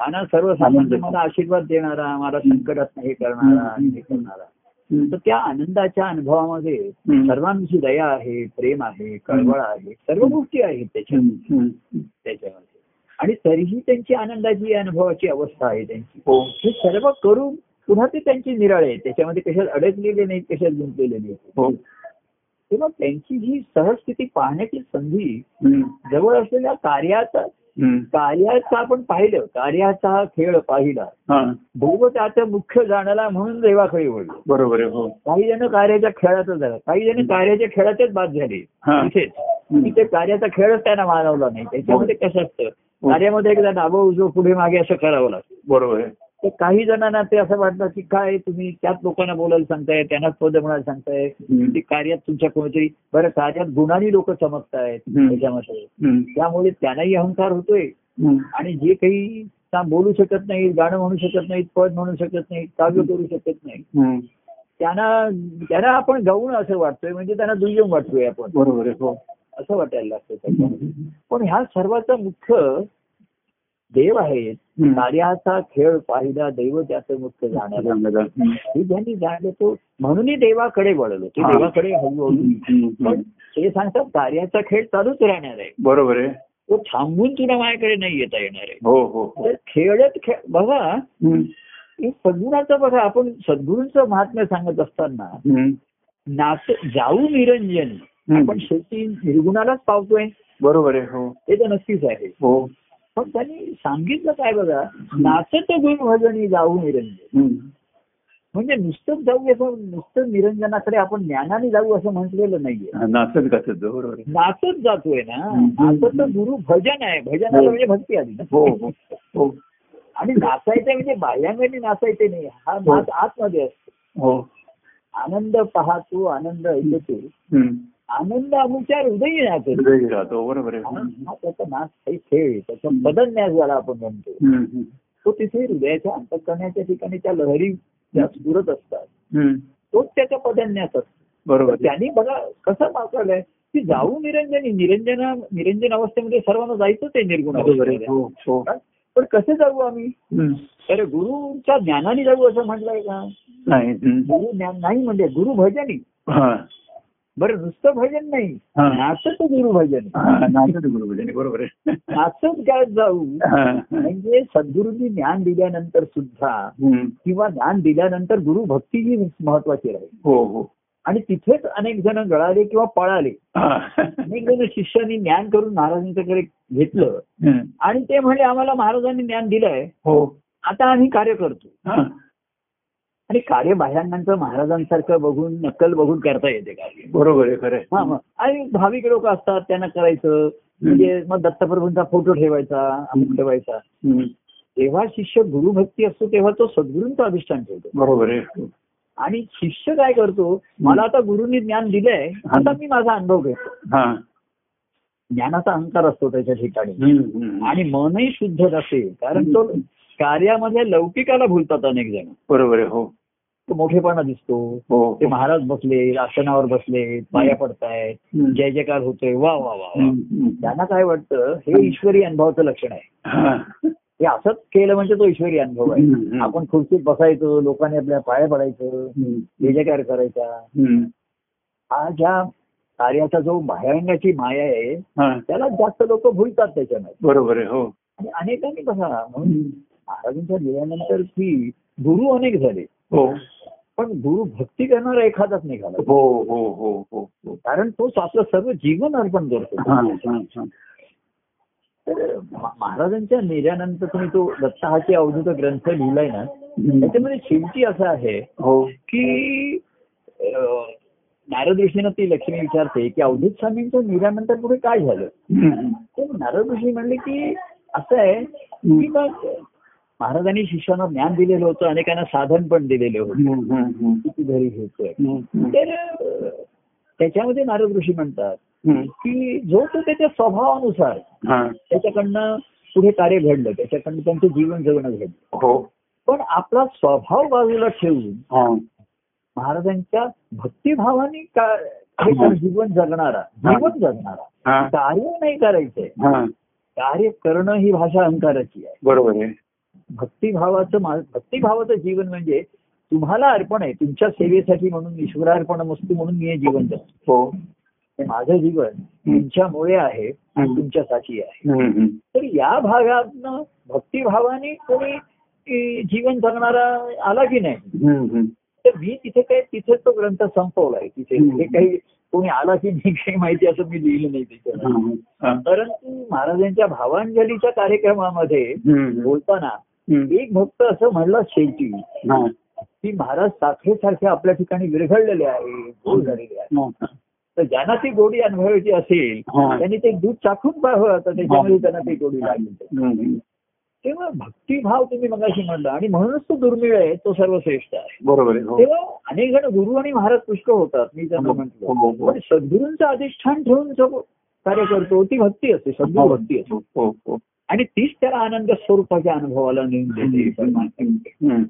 Speaker 1: आणि सर्वसामान्य
Speaker 2: आनंद.
Speaker 1: मला आशीर्वाद देणारा मला संकटात हे करणारा आणि हे करणारा तर
Speaker 2: हम्म.
Speaker 1: त्या आनंदाच्या अनुभवामध्ये
Speaker 2: हम्म.
Speaker 1: सर्वांची दया आहे प्रेम आहे कळवळ आहे सर्व गोष्टी आहेत त्याच्या
Speaker 2: हम्म, हम्म.
Speaker 1: त्याच्यामध्ये आणि तरीही त्यांची आनंदाची अनुभवाची अवस्था आहे त्यांची
Speaker 2: हो
Speaker 1: हे सर्व करून पुन्हा ते त्यांची निराळे आहेत त्याच्यामध्ये कशात अडकलेले नाहीत कशात गुंतलेले नाहीत
Speaker 2: हो
Speaker 1: तेव्हा त्यांची ही सहस्थिती पाहण्याची संधी
Speaker 2: हम्म.
Speaker 1: जवळ असलेल्या कार्याचा
Speaker 2: हम्म.
Speaker 1: कार्याचा आपण पाहिलं कार्याचा हा खेळ पाहिला
Speaker 2: हा
Speaker 1: भोगताचा मुख्य जाणाला म्हणून देवाकडे वळलो
Speaker 2: बरोबर आहे हो
Speaker 1: काही जण कार्याच्या खेळातच झाला काही जण कार्याच्या खेळातच बाद झाले
Speaker 2: हा.
Speaker 1: तिथेच तिथे कार्याचा खेळच त्यांना मानवला नाही त्याच्यामध्ये कसं असतं
Speaker 2: हो.
Speaker 1: कार्यामध्ये एकदा डाबो उजो पुढे मागे असं करावं लागतं
Speaker 2: बरोबर आहे
Speaker 1: तर काही जणांना ते असं वाटलं की काय तुम्ही त्याच लोकांना बोलायला सांगताय त्यांनाच पद म्हणायला सांगताय
Speaker 2: हम्म.
Speaker 1: ते कार्यात तुमच्या कोणीतरी बरं कार्यात गुणानी लोक चमकतायत
Speaker 2: हम्म.
Speaker 1: त्याच्यामध्ये
Speaker 2: हम्म.
Speaker 1: त्यामुळे त्यांनाही अहंकार होतोय
Speaker 2: हम्म.
Speaker 1: आणि जे काही त्या बोलू शकत नाहीत गाणं म्हणू शकत नाहीत पद म्हणू शकत नाहीत काव्य करू शकत नाही
Speaker 2: हम्म.
Speaker 1: त्यांना त्यांना आपण गौण असं वाटतोय म्हणजे त्यांना दुय्यम वाटतोय आपण
Speaker 2: बरोबर आहे हो
Speaker 1: असं वाटायला लागतं त्याच्यामध्ये. पण ह्या सर्वाचा मुख्य देव आहेत
Speaker 2: हम्म.
Speaker 1: कार्याचा खेळ पाहिला दैव त्याचं मुख्य जाणारा
Speaker 2: हम्म. हम्म.
Speaker 1: हे ज्यांनी जाणलं तो म्हणूनही देवाकडे वळलो ते
Speaker 2: हा.
Speaker 1: देवाकडे हळूहळू पण
Speaker 2: हम्म.
Speaker 1: ते सांगतात कार्याचा खेळ चालूच राहणार आहे
Speaker 2: बरोबर आहे
Speaker 1: तो थांबून तुला माझ्याकडे नाही येता येणार आहे
Speaker 2: हो हो हो
Speaker 1: तर खेळत खेळ बघा
Speaker 2: हम्म.
Speaker 1: हे सद्गुणाचं बघा आपण सद्गुरूंचं महात्म्य सांगत असताना
Speaker 2: हम्म.
Speaker 1: नाच जाऊ निरंजन
Speaker 2: हम्म.
Speaker 1: आपण शेवटी निर्गुणालाच पावतोय
Speaker 2: बरोबर आहे हो
Speaker 1: हे तर नक्कीच आहे
Speaker 2: हो
Speaker 1: पण त्यांनी सांगितलं काय बघा नाचत गुण भजनी जाऊ निरंजन
Speaker 2: हम्म.
Speaker 1: म्हणजे नुसतंच जाऊ असं नुसतं निरंजनाकडे आपण ज्ञानाने जाऊ असं म्हटलेलं नाहीये
Speaker 2: हा, नाचत गाचत जाऊ, बरोबर आहे
Speaker 1: नाचत जातोय ना
Speaker 2: हम्म.
Speaker 1: नाचत गुरु भजन आहे भजनाला म्हणजे भक्ती आली ना
Speaker 2: हो हो हो
Speaker 1: आणि नाचायचं म्हणजे बाह्यांगाने नाचायचे नाही हा नाच आतमध्ये असतो
Speaker 2: हो
Speaker 1: आनंद पाहतो आनंद ऐकतो
Speaker 2: हम्म.
Speaker 1: आनंद अमुच्या हृदयी नाचतो
Speaker 2: हृदय राहतो बरोबर आहे
Speaker 1: आनंद
Speaker 2: हम्म.
Speaker 1: हा त्याचा नाच काही खेळ आहे. त्याचा बदल न्यास झाला आपण म्हणतो
Speaker 2: हम्म.
Speaker 1: तो तिथे हृदयाच्या अंतकरणाच्या ठिकाणी त्या लहरी ज्या स्फुरत असतात
Speaker 2: हम्म.
Speaker 1: तोच त्याचा पदन्यास असतो तर
Speaker 2: बरोबर आहे.
Speaker 1: त्यांनी बघा कसं मागवलंय की जाऊ निरंजनी निरंजना निरंजन अवस्थेमध्ये सर्वांना जायचंच आहे निर्गुण
Speaker 2: बरोबर आहे
Speaker 1: अवस्थेमध्ये.
Speaker 2: हो हो
Speaker 1: पण कसे जाऊ आम्ही
Speaker 2: हम्म.
Speaker 1: तर गुरुच्या ज्ञानाने जाऊ असं म्हटलंय का
Speaker 2: नाही हम्म.
Speaker 1: गुरु ज्ञान नाही म्हणजे गुरु भजनी
Speaker 2: हा
Speaker 1: बरं नुसतं भजन नाही
Speaker 2: हा.
Speaker 1: नाचत गुरु भजन
Speaker 2: हा, नाचत बरोबर आहे बरोबर आहे
Speaker 1: नाचत गायत जाऊ
Speaker 2: हा, हा.
Speaker 1: म्हणजे सद्गुरूंनी ज्ञान दिल्यानंतर सुद्धा
Speaker 2: हम्म.
Speaker 1: किंवा ज्ञान दिल्यानंतर गुरु भक्ती ही महत्वाची राहील
Speaker 2: हो हो
Speaker 1: आणि तिथेच अनेक जण गळाले किंवा पळाले
Speaker 2: हा.
Speaker 1: अनेक जण शिष्यांनी ज्ञान करून महाराजांच्याकडे घेतलं
Speaker 2: हम्म.
Speaker 1: आणि ते म्हणे आम्हाला महाराजांनी ज्ञान दिलंय
Speaker 2: हो
Speaker 1: आता आम्ही कार्य करतो
Speaker 2: हा.
Speaker 1: आणि कार्य बाह्यांचं महाराजांसारखं बघून नक्कल बघून करता येते कार्य
Speaker 2: बरोबर आहे खरं आहे.
Speaker 1: हा मग आणि भाविक लोक असतात त्यांना करायचं म्हणजे मग दत्तप्रभूंचा फोटो ठेवायचा अमुक ठेवायचा
Speaker 2: हम्म.
Speaker 1: तेव्हा शिष्य गुरुभक्ती असतो तेव्हा तो सद्गुरूंचं अधिष्ठान ठेवतो
Speaker 2: बरोबर आहे
Speaker 1: आणि शिष्य काय करतो मला आता गुरुंनी ज्ञान दिलंय आता मी माझा अनुभव घेतो
Speaker 2: हा
Speaker 1: ज्ञानाचा अहंकार असतो त्याच्या ठिकाणी
Speaker 2: हम्म. हम्म.
Speaker 1: आणि मनही शुद्ध नसेल कारण तो कार्यामध्ये लौकिकाला भूलतात अनेक जण
Speaker 2: बरोबर आहे हो
Speaker 1: तो मोठेपणा दिसतो
Speaker 2: हो
Speaker 1: ते महाराज बसले आसनावर बसले पाया पडतायत
Speaker 2: हम्म.
Speaker 1: जय जयकार होतोय वा वा वा वा
Speaker 2: हम्म.
Speaker 1: त्यांना काय वाटतं हे ईश्वरी अनुभवाचं लक्षण आहे
Speaker 2: हा.
Speaker 1: हे असंच केलं म्हणजे तो ईश्वरी अनुभव आहे
Speaker 2: हम्म.
Speaker 1: आपण खुर्चीत बसायचो लोकांनी आपल्या पाया पडायचं
Speaker 2: हम्म.
Speaker 1: जय जयकार करायचा
Speaker 2: हम्म.
Speaker 1: हा ज्या कार्याचा जो भायंगाची माया आहे
Speaker 2: हा.
Speaker 1: त्याला जास्त लोक भुलतात त्याच्यामध्ये
Speaker 2: बरोबर आहे हो
Speaker 1: आणि अनेकांनी कसा म्हणून महाराजांच्या लिहिल्यानंतर की गुरु अनेक झाले
Speaker 2: हो
Speaker 1: पण गुरु भक्ती करणारा एखादाच निघाला
Speaker 2: हो हो हो हो हो
Speaker 1: कारण तोच आपलं सर्व जीवन अर्पण करतो
Speaker 2: हा, हा, हा.
Speaker 1: तर मा- महाराजांच्या निर्यानंतर तुम्ही तो दत्ताहाची अवधूत ग्रंथ लिहिलाय ना
Speaker 2: हम्म.
Speaker 1: त्याच्यामध्ये शेवटी असं आहे
Speaker 2: हो
Speaker 1: की अं, नारद ऋषीनं ती लक्ष्मी विचारते की अवधूत स्वामींच्या निर्यानंतर पुढे काय झालं
Speaker 2: हम्म.
Speaker 1: ते नारद ऋषी म्हणले की असं आहे की मग महाराजांनी शिष्यांना ज्ञान दिलेलं होतं अनेकांना साधन पण दिलेलं होतं
Speaker 2: हम्म. हम्म.
Speaker 1: किती घरी घ्यायचंय
Speaker 2: हम्म.
Speaker 1: तर अं, त्याच्यामध्ये नारद ऋषी म्हणतात
Speaker 2: हम्म.
Speaker 1: की जो तो त्याच्या स्वभावानुसार
Speaker 2: हा.
Speaker 1: त्याच्याकडनं पुढे कार्य घडलं त्याच्याकडनं त्यांचं जीवन जगणं घडलं
Speaker 2: हो
Speaker 1: पण आपला स्वभाव बाजूला ठेवून
Speaker 2: हा.
Speaker 1: महाराजांच्या भक्तिभावाने का हे तर जीवन जगणारा जीवन जगणारा
Speaker 2: हा.
Speaker 1: कार्य नाही करायचंय
Speaker 2: हा.
Speaker 1: कार्य करणं ही भाषा अहंकाराची आहे
Speaker 2: बरोबर आहे
Speaker 1: भक्तिभावाचं मा- भक्तिभावाचं जीवन म्हणजे तुम्हाला अर्पण आहे तुमच्या सेवेसाठी म्हणून ईश्वरार्पण वस्तू म्हणून मी हे जीवन जगतो
Speaker 2: हो
Speaker 1: हे माझं जीवन तुमच्यामुळे आहे आणि तुमच्यासाठी आहे
Speaker 2: हम्म. हम्म.
Speaker 1: तर या भागातनं भक्तिभावाने कोणी अं, जीवन जगणारा आला की नाही
Speaker 2: हम्म. हम्म.
Speaker 1: तर मी तिथे काय तिथेच तो ग्रंथ संपवलाय तिथे
Speaker 2: हम्म.
Speaker 1: हे काही कोणी आला की नाही काही माहिती असं मी लिहिलं नाही तिथे
Speaker 2: हा. हा.
Speaker 1: परंतु महाराजांच्या भावांजलीच्या कार्यक्रमामध्ये
Speaker 2: हम्म.
Speaker 1: बोलताना
Speaker 2: हम्म.
Speaker 1: एक भक्त असं म्हणला शेवटी
Speaker 2: हा.
Speaker 1: की महाराज साखरेसारखे आपल्या ठिकाणी विरघळलेले आहे गोड झालेले आहे
Speaker 2: हा.
Speaker 1: तर ज्यांना ती गोडी अनुभवायची असेल
Speaker 2: हा.
Speaker 1: त्यांनी ते दूध चाखून पाहावं तर त्याच्यामध्ये त्यांना ती गोडी लागली
Speaker 2: हम्म.
Speaker 1: तेव्हा भक्तिभाव तुम्ही मगाशी म्हणला आणि म्हणूनच तो दुर्मिळ आहे तो सर्वश्रेष्ठ आहे
Speaker 2: बरोबर आहे हो
Speaker 1: तेव्हा अनेक जण गुरु आणि महाराज पुष्कळ होतात मी त्यांना
Speaker 2: हो, हो,
Speaker 1: म्हटलं
Speaker 2: हो.
Speaker 1: पण सद्गुरूंचं अधिष्ठान ठेवून जो कार्य करतो ती भक्ती असते सद्गुरू भक्ती असते
Speaker 2: हो, हो, हो.
Speaker 1: आणि तीच त्याला आनंद स्वरूपाच्या अनुभवाला नेऊन देते परमार्थाकडे.
Speaker 2: हम्म.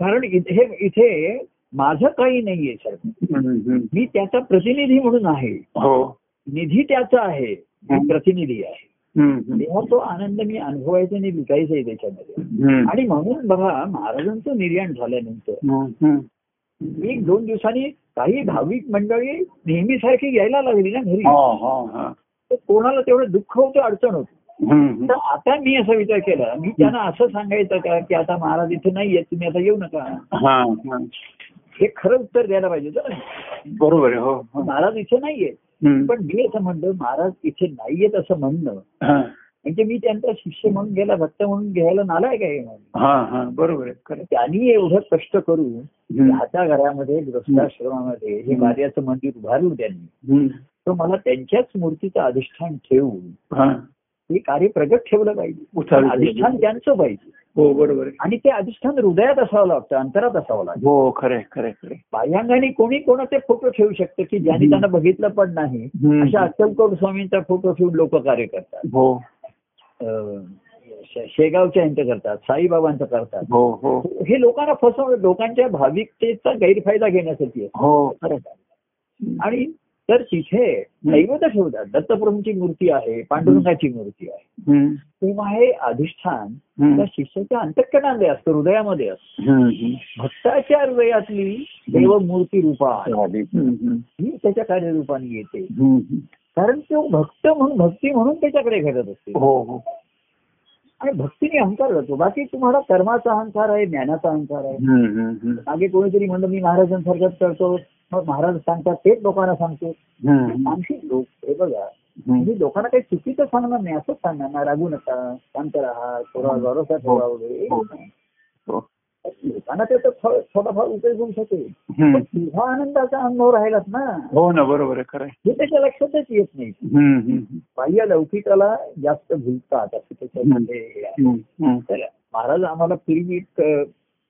Speaker 1: कारण इथे हे- इथे माझं काही नाहीये सर
Speaker 2: हम्म. हम्म.
Speaker 1: मी त्याचा प्रतिनिधी म्हणून आहे
Speaker 2: हो
Speaker 1: निधी त्याचा आहे मी प्रतिनिधी आहे
Speaker 2: हम्म.
Speaker 1: तेव्हा तो आनंद मी अनुभवायचा आणि विकायचा आहे त्याच्यामध्ये
Speaker 2: हम्म.
Speaker 1: आणि म्हणून बघा महाराजांचं निर्याण झाल्यानंतर
Speaker 2: हम्म. हम्म.
Speaker 1: एक दोन दिवसांनी काही भाविक मंडळी नेहमीसारखी यायला लागली ना घरी
Speaker 2: हा, हा, हा.
Speaker 1: तर कोणाला तेवढं दुःख होतं अडचण होती
Speaker 2: हम्म.
Speaker 1: तर आता मी असा विचार केला मी त्यांना असं सांगायचं का की आता महाराज इथे नाही येत तुम्ही आता येऊ नका
Speaker 2: हा, हा.
Speaker 1: हे खरं उत्तर द्यायला पाहिजे होतं
Speaker 2: बरोबर आहे हो हो.
Speaker 1: महाराज इथे नाही येत
Speaker 2: हम्म.
Speaker 1: पण मी असं म्हणलं महाराज इथे नाही येत असं म्हणणं
Speaker 2: हा,
Speaker 1: म्हणजे मी त्यांचा शिष्य म्हणून घ्यायला भक्त म्हणून घ्यायला नालाय काय
Speaker 2: हा, हा. बरोबर आहे खरं
Speaker 1: त्यांनी एवढं कष्ट करून
Speaker 2: हम्म.
Speaker 1: राहत्या घरामध्ये गृहस्थाश्रमामध्ये हे कार्याचं मंदिर उभारलं त्यांनी
Speaker 2: हम्म.
Speaker 1: तर मला त्यांच्याच मूर्तीचं अधिष्ठान ठेवून
Speaker 2: हा.
Speaker 1: हे कार्य प्रगट ठेवलं पाहिजे
Speaker 2: उचललं
Speaker 1: आणि
Speaker 2: पाहिजे.
Speaker 1: अधिष्ठान त्यांचं पाहिजे
Speaker 2: हो बरोबर आहे
Speaker 1: आणि ते अधिष्ठान हृदयात असावं लागतं अंतरात असावं लागतं
Speaker 2: हो खरे खरे खरे
Speaker 1: बाह्यांगाने कोणी कोणाचे फोटो ठेवू शकतं की ज्यांनी त्यांना बघितलं पण नाही
Speaker 2: हम्म.
Speaker 1: अशा अक्कलकोट स्वामींचा फोटो ठेवून लोक कार्य करतात
Speaker 2: हो
Speaker 1: अं, शे- शेगावच्या यांचं करतात साईबाबांचं करतात
Speaker 2: हो हो
Speaker 1: हे लोकांना फसवणं लोकांच्या भाविकतेचा गैरफायदा घेण्यासाठी आहे.
Speaker 2: हो
Speaker 1: खरं आहे. आणि तर तिथे नैवेद्य ठेवतात दत्तप्रभूंची मूर्ती आहे पांडुरंगाची मूर्ती आहे
Speaker 2: हम्म.
Speaker 1: तेव्हा हे अधिष्ठान
Speaker 2: हम्म.
Speaker 1: त्या शिष्याच्या अंतकरणामध्ये असतं हृदयामध्ये असतं
Speaker 2: हम्म.
Speaker 1: भक्ताच्या हृदयातली देव मूर्ती रूपा आहे.
Speaker 2: हम्म.
Speaker 1: ही त्याच्या कार्यरूपाने येते
Speaker 2: हम्म.
Speaker 1: कारण तो भक्त म्हणून भक्ती म्हणून त्याच्याकडे घडत असते
Speaker 2: हो हो
Speaker 1: आणि भक्तीने अहंकार जातो बाकी तुम्हाला कर्माचा अहंकार आहे ज्ञानाचा अहंकार आहे
Speaker 2: हम्म. हम्म.
Speaker 1: मागे कोणीतरी म्हणलं मी महाराजांसारखंच करतो मग महाराज सांगतात तेच लोकांना सांगतो
Speaker 2: हम्म.
Speaker 1: आमची लोक हे बघा
Speaker 2: हम्म.
Speaker 1: मी म्हणजे लोकांना काही चुकीचं सांगणार नाही असंच सांगणार ना रागू नका शांत राहा थोडा भरोसा ठेवा वगैरे
Speaker 2: हो. हो.
Speaker 1: लोकांना त्याचा थो- थोडाफार उपयोग होऊ शकेल पण
Speaker 2: हम्म.
Speaker 1: तुझा आनंदाचा अनुभव राहिलाच ना
Speaker 2: हो ना बरोबर आहे खरं आहे.
Speaker 1: हे त्याच्या लक्षातच येत नाही
Speaker 2: हम्म. हम्म.
Speaker 1: बाह्य लौकिकाला जास्त भुलतात असं त्याच्यामध्ये हे आहे.
Speaker 2: हम्म. हम्म.
Speaker 1: तर महाराज आम्हाला पूर्वी एक अ,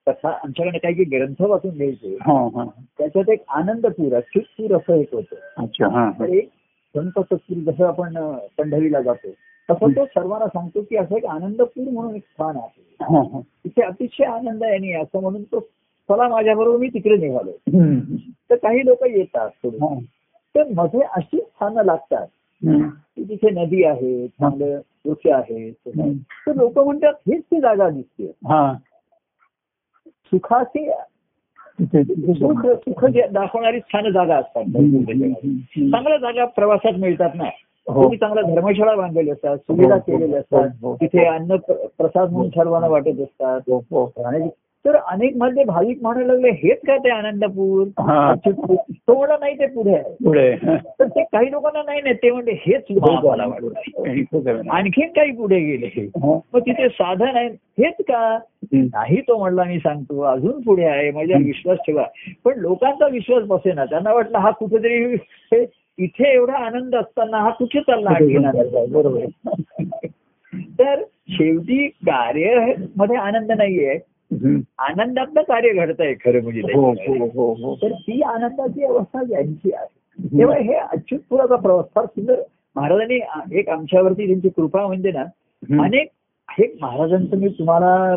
Speaker 1: कथा आमच्याकडे काही जे ग्रंथ वाचून घ्यायचे
Speaker 2: हा, हा.
Speaker 1: त्याच्यात एक आनंदपूर अच्युतपूर असं एक होतं
Speaker 2: अच्छा हा
Speaker 1: तर
Speaker 2: हा.
Speaker 1: एक संत सत्पूर जसं आपण अ, पंढरीला जातो तसं तो सर्वांना सांगतो की असं एक आनंदपूर म्हणून एक स्थान आहे तिथे अतिशय आनंद आहे आणि असं म्हणून तो चला माझ्याबरोबर मी तिकडे निघालो तर काही लोक येतात सोडून. तर मध्ये अशी स्थानं लागतात की तिथे नदी आहे चांगलं वृक्ष आहे तर लोक म्हणतात हेच ती जागा दिसते सुखाचे
Speaker 2: हो,
Speaker 1: सुख सुख जे दाखवणारी स्थान जागा असतात चांगल्या जागा प्रवासात मिळतात ना
Speaker 2: हो.
Speaker 1: तुम्ही चांगल्या धर्मशाळा बांधलेल्या असतात सुविधा
Speaker 2: हो, हो,
Speaker 1: केलेल्या असतात
Speaker 2: हो, हो.
Speaker 1: तिथे अन्न प्र- प्रसाद म्हणून सर्वांना वाटत असतात आणि तर अनेक मध्ये भाविक म्हणायला लागले हेच काय ते आनंदपूर
Speaker 2: हा.
Speaker 1: थोडं नाही ते पुढे आहे
Speaker 2: पुढे
Speaker 1: तर ते काही लोकांना नाही नाही ते म्हणजे हेच मला वाटतं आणखीन काही पुढे गेले
Speaker 2: हो.
Speaker 1: मग तिथे साधन आहे हेच का नाही तो म्हणला मी सांगतो अजून पुढे आहे माझ्यावर विश्वास ठेवा पण लोकांचा विश्वास बसेना त्यांना वाटलं हा कुठेतरी हे- इथे एवढा आनंद असताना हा कुठे चालला आणखीन आनंद आहे. बरोबर आहे. तर शेवटी कार्य मध्ये आनंद नाहीये आनंदातलं कार्य घडत आहे खरं म्हणजे
Speaker 2: हो,
Speaker 1: त्याच्यामध्ये. तर ती आनंदाची अवस्था ज्यांची आहे तेव्हा हे अच्युतपुराचा प्रवास फार सुंदर महाराजांनी आ- एक आमच्यावरती त्यांची कृपा म्हणजे ना अनेक हे महाराजांचं मी तुम्हाला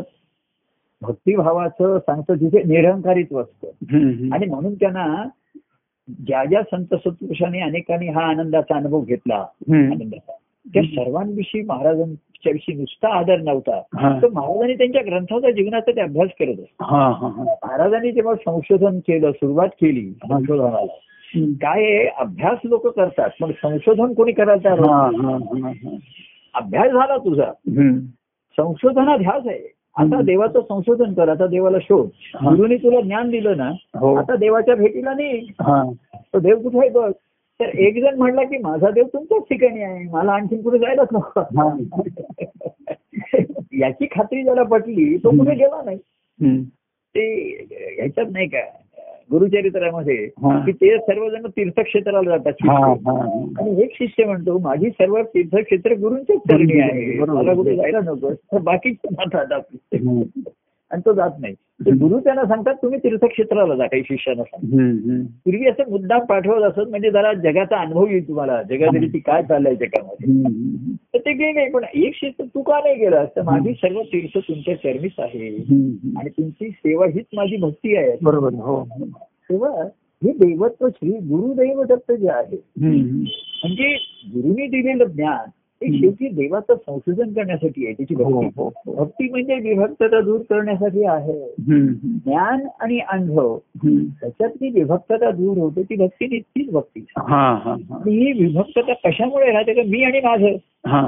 Speaker 1: भक्तिभावाचं सांगतो जिथे निरंकारित्व असतं आणि म्हणून त्यांना ज्या ज्या संत सत्पुरुषांनी अनेकांनी हा आनंदाचा अनुभव घेतला आनंदाचा त्या सर्वांविषयी महाराजांच्या विषयी नुसता आदर नव्हता
Speaker 2: हा.
Speaker 1: तर महाराजांनी त्यांच्या ग्रंथाचा जीवनाचा ते अभ्यास करत असत महाराजांनी जेव्हा संशोधन केलं सुरुवात केली संशोधनाला काय आहे, अभ्यास लोक करतात पण संशोधन कोणी करायला तयार होत नाही. अभ्यास झाला तुझा संशोधनात ध्यास आहे आता
Speaker 2: हम्म.
Speaker 1: देवाचं संशोधन कर आता देवाला शोध
Speaker 2: हा.
Speaker 1: गुरुने तुला ज्ञान दिलं ना
Speaker 2: हो.
Speaker 1: आता देवाच्या भेटीला नाही तो देव कुठे आहे बघ तर एक जण म्हणला की माझा देव तुमच्याच ठिकाणी आहे मला आणखीन कुठे जायलाच नको याची खात्री ज्याला पटली तो कुठे गेला नाही ते ह्याच्यात नाही का गुरुचरित्रामध्ये
Speaker 2: हा.
Speaker 1: की ते सर्वजण तीर्थक्षेत्राला जातात शिष्य. आणि एक शिष्य म्हणतो माझी सर्व तीर्थक्षेत्र गुरुंच्याच चरणी आहे
Speaker 2: बरोबर.
Speaker 1: मला कुठे जायला नको तर बाकीचे जातात आपले. आणि तो जात नाही तर गुरु त्यांना सांगतात तुम्ही तीर्थक्षेत्राला जा काही शिष्याला सांग पूर्वी असं मुद्दाम पाठवत असत म्हणजे जरा जगाचा अनुभव येईल तुम्हाला जगातील ती काय चाललंय जगामध्ये तर ते गेले पण एक शिष्य तू का नाही गेलास तर माझी सर्व तीर्थ तुमच्या चरणीच आहे आणि तुमची सेवा हीच माझी भक्ती आहे
Speaker 2: बरोबर हो
Speaker 1: तेव्हा हे देवत्व श्री गुरुदैव दत्त जे आहे म्हणजे गुरुने दिलेलं ज्ञान ते
Speaker 2: हं.
Speaker 1: शेवटी देवाचं संशोधन करण्यासाठी आहे त्याची
Speaker 2: हो,
Speaker 1: भक्ती
Speaker 2: हो, हो.
Speaker 1: भक्ती म्हणजे विभक्तता दूर करण्यासाठी आहे ज्ञान आणि अनुभव त्याच्यात जी विभक्तता दूर होते ती भक्ती तितकीच भक्ती
Speaker 2: हा हा
Speaker 1: आणि ही विभक्तता कशामुळे राहते का मी आणि माझं
Speaker 2: हा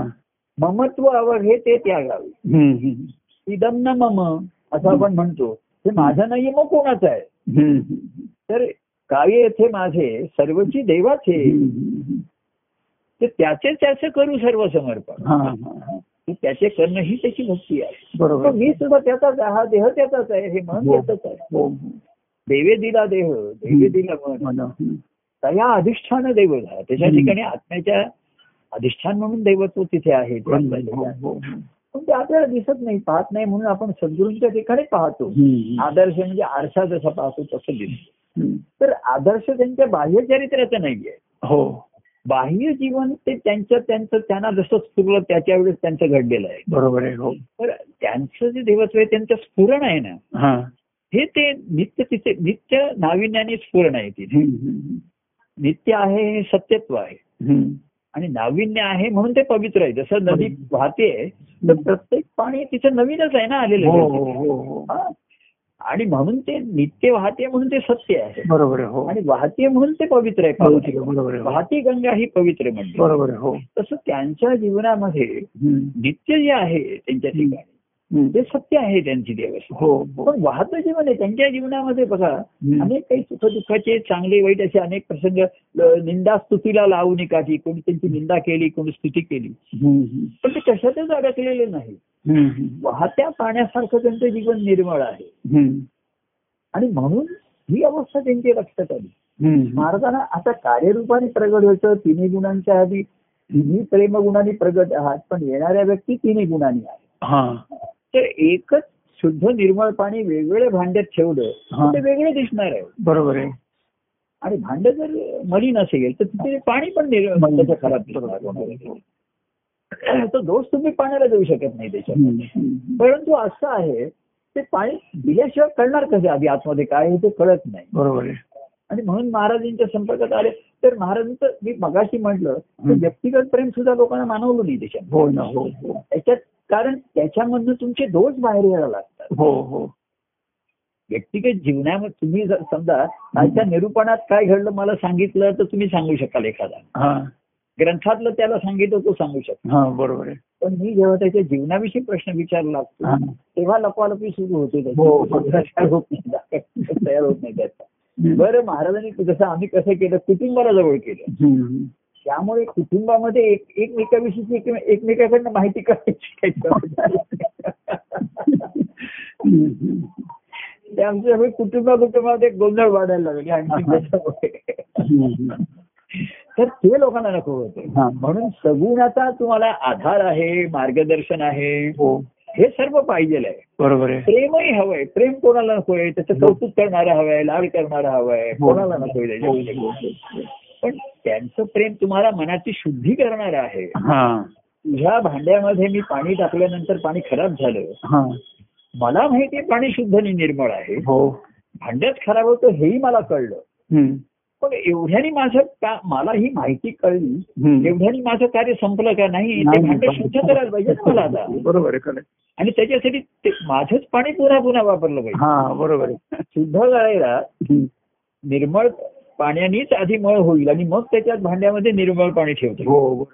Speaker 1: ममत्व अवघे ते त्यागावे इदम न मम असं आपण म्हणतो हे माझं नाहीये मग कोणाचं आहे तर कार्य येथे माझे सर्वची देवाचे ते त्याचे त्याचे करू सर्व समर्पण की त्याचे करणं ही त्याची भक्ती आहे
Speaker 2: बरोबर
Speaker 1: पण मी सुद्धा त्याचाच आहे, हा देह त्याचाच आहे हे मन
Speaker 2: हो.
Speaker 1: त्याचाच आहे
Speaker 2: हो
Speaker 1: देवे दिला देह देवे दिला मन तया अधिष्ठान देव झाला त्याच्या
Speaker 2: हम्म.
Speaker 1: ठिकाणी आत्म्याच्या अधिष्ठान म्हणून दैवत्व तिथे आहे पण ते आपल्याला दिसत नाही पाहत नाही म्हणून आपण सद्गुरूंच्या ठिकाणी पाहतो आदर्श म्हणजे आरसा जसा पाहतो तसं दिसतो तर आदर्श त्यांच्या बाह्य चरित्राचं नाहीये
Speaker 2: हो
Speaker 1: बाह्य जीवन ते त्यांच्या त्यांचं त्यांना जसं स्फुरलं त्याच्या वेळेस त्यांचं घडलेलं आहे
Speaker 2: बरोबर आहे हो
Speaker 1: तर त्यांचं जे देवत्व आहे त्यांचं स्फुरण आहे ना
Speaker 2: हा
Speaker 1: हे ते नित्य तिथे नित्य नाविन्याने स्फुरण आहे तिथे नित्य आहे हे सत्यत्व आहे आणि नाविन्य आहे म्हणून ते पवित्र आहे जसं नदी
Speaker 2: हो.
Speaker 1: वाहते तर प्रत्येक पाणी तिचं नवीनच आहे ना आलेलं
Speaker 2: हो
Speaker 1: आहे.
Speaker 2: हो हो
Speaker 1: हा. आणि म्हणून ते नित्य वाहते म्हणून ते सत्य आहे
Speaker 2: बरोबर आहे हो
Speaker 1: आणि वाहते म्हणून ते पवित्र आहे
Speaker 2: पवित्र, बरोबर आहे.
Speaker 1: वाहती गंगा ही पवित्र म्हणजे
Speaker 2: बरोबर आहे हो
Speaker 1: तसं त्यांच्या जीवनामध्ये नित्य जे आहे त्यांच्या ठिकाणी ते सत्य आहे त्यांची देवस्था
Speaker 2: हो हो
Speaker 1: पण वाहतं जीवन आहे त्यांच्या जीवनामध्ये बघा
Speaker 2: हम्म.
Speaker 1: अनेक काही सुखदुःखाचे चांगले वाईट असे अनेक प्रसंग ल- निंदा स्तुतीला लावू निकाची कोणी त्यांची निंदा केली कोणी स्तुती केली पण ते कशातच अडकलेले नाही वाहत्या पाण्यासारखं त्यांचं जीवन निर्मळ आहे आणि म्हणून ही अवस्था त्यांची लक्षात आली महाराजांना आता कार्यरूपाने प्रगट व्हायचं तिन्ही गुणांच्या आधी तिन्ही प्रेमगुणांनी प्रगट आहात पण येणाऱ्या व्यक्ती तिन्ही गुणांनी आहे
Speaker 2: हा
Speaker 1: तर एकच शुद्ध निर्मळ पाणी वेगवेगळ्या भांड्यात ठेवलं
Speaker 2: हा.
Speaker 1: तर ते वेगळे दिसणार आहे
Speaker 2: बरोबर आहे
Speaker 1: आणि भांड जर मलिन असेल तर तिथे पाणी पण निर्मळ
Speaker 2: मलिन.
Speaker 1: त्याच्या खराब
Speaker 2: बरोबर.
Speaker 1: दिसणार. तो दोष तुम्ही पाण्याला देऊ शकत नाही त्याच्यात परंतु असं आहे ते पाणी दिल्याशिवाय कळणार कसे आधी आतमध्ये काय आहे ते कळत नाही
Speaker 2: बरोबर आहे
Speaker 1: आणि म्हणून महाराजांच्या संपर्कात आले तर महाराजांचं मी मगाशी म्हटलं तर
Speaker 2: हम्म.
Speaker 1: व्यक्तिगत प्रेम सुद्धा लोकांना मानवलं नाही त्याच्यात
Speaker 2: हो ना हो हो
Speaker 1: त्याच्यात कारण त्याच्यामधनं तुमचे दोष बाहेर यायला लागतात
Speaker 2: हो हो
Speaker 1: व्यक्तिगत जीवनामध्ये तुम्ही जर समजा कालच्या निरूपणात काय घडलं मला सांगितलं तर तुम्ही सांगू शकाल एखादा
Speaker 2: हा
Speaker 1: ग्रंथातलं त्याला सांगितलं तो सांगू शकतो
Speaker 2: हा बरोबर आहे
Speaker 1: पण मी जेव्हा त्याच्या जीवनाविषयी प्रश्न विचारला लागतो
Speaker 2: हा.
Speaker 1: तेव्हा लपवालपी सुरू होते त्याची.
Speaker 2: हो, हो.
Speaker 1: तयार होत नाही दाखल तयार होत नाही त्याचा
Speaker 2: हम्म.
Speaker 1: बरं महाराजांनी जसं आम्ही कसं केलं कुटुंबाला जवळ केलं
Speaker 2: हम्म.
Speaker 1: त्यामुळे कुटुंबामध्ये एक एकमेकाविषयी एक- एकमेकाकडनं माहिती करायची
Speaker 2: हम्म.
Speaker 1: ते आमच्या कुटुंबा कुटुंबामध्ये गोंधळ वाढायला लागले आणखी त्याच्यामुळे.
Speaker 2: हम्म.
Speaker 1: तर ते लोकांना नको होते
Speaker 2: हा.
Speaker 1: म्हणून सगुणाचा तुम्हाला आधार आहे मार्गदर्शन आहे
Speaker 2: हो
Speaker 1: हे सर्व पाहिजे आहे
Speaker 2: बरोबर आहे
Speaker 1: प्रेमही हवंय प्रेम कोणाला नकोय त्याचं कौतुक करणारा हवंय लाड करणारा हवाय
Speaker 2: हो.
Speaker 1: कोणाला नकोय
Speaker 2: हो,
Speaker 1: त्याच्यामध्ये
Speaker 2: हो.
Speaker 1: पण त्यांचं प्रेम तुम्हाला मनाची शुद्धी करणार आहे
Speaker 2: हा
Speaker 1: तुझ्या भांड्यामध्ये मी पाणी टाकल्यानंतर पाणी खराब झालं
Speaker 2: हा
Speaker 1: मला माहितीये पाणी शुद्ध आणि निर्मळ आहे
Speaker 2: हो
Speaker 1: भांड्यात खराब होतं हेही मला कळलं
Speaker 2: हम्म.
Speaker 1: पण एवढ्याने माझं का मला ही माहिती कळली
Speaker 2: हम्म.
Speaker 1: एवढ्याने माझं कार्य संपलं का नाही ते भांडं शुद्ध करायला पाहिजे ना मला आता
Speaker 2: बरोबर आहे खरं आहे.
Speaker 1: आणि त्याच्यासाठी ते माझंच पाणी पुन्हा पुन्हा वापरलं पाहिजे
Speaker 2: हा बरोबर आहे
Speaker 1: शुद्ध करायला
Speaker 2: हम्म.
Speaker 1: निर्मळ पाण्यानेच आधी मळ होईल आणि मग त्याच्यात भांड्यामध्ये निर्मळ पाणी ठेवतो
Speaker 2: हो बरोबर.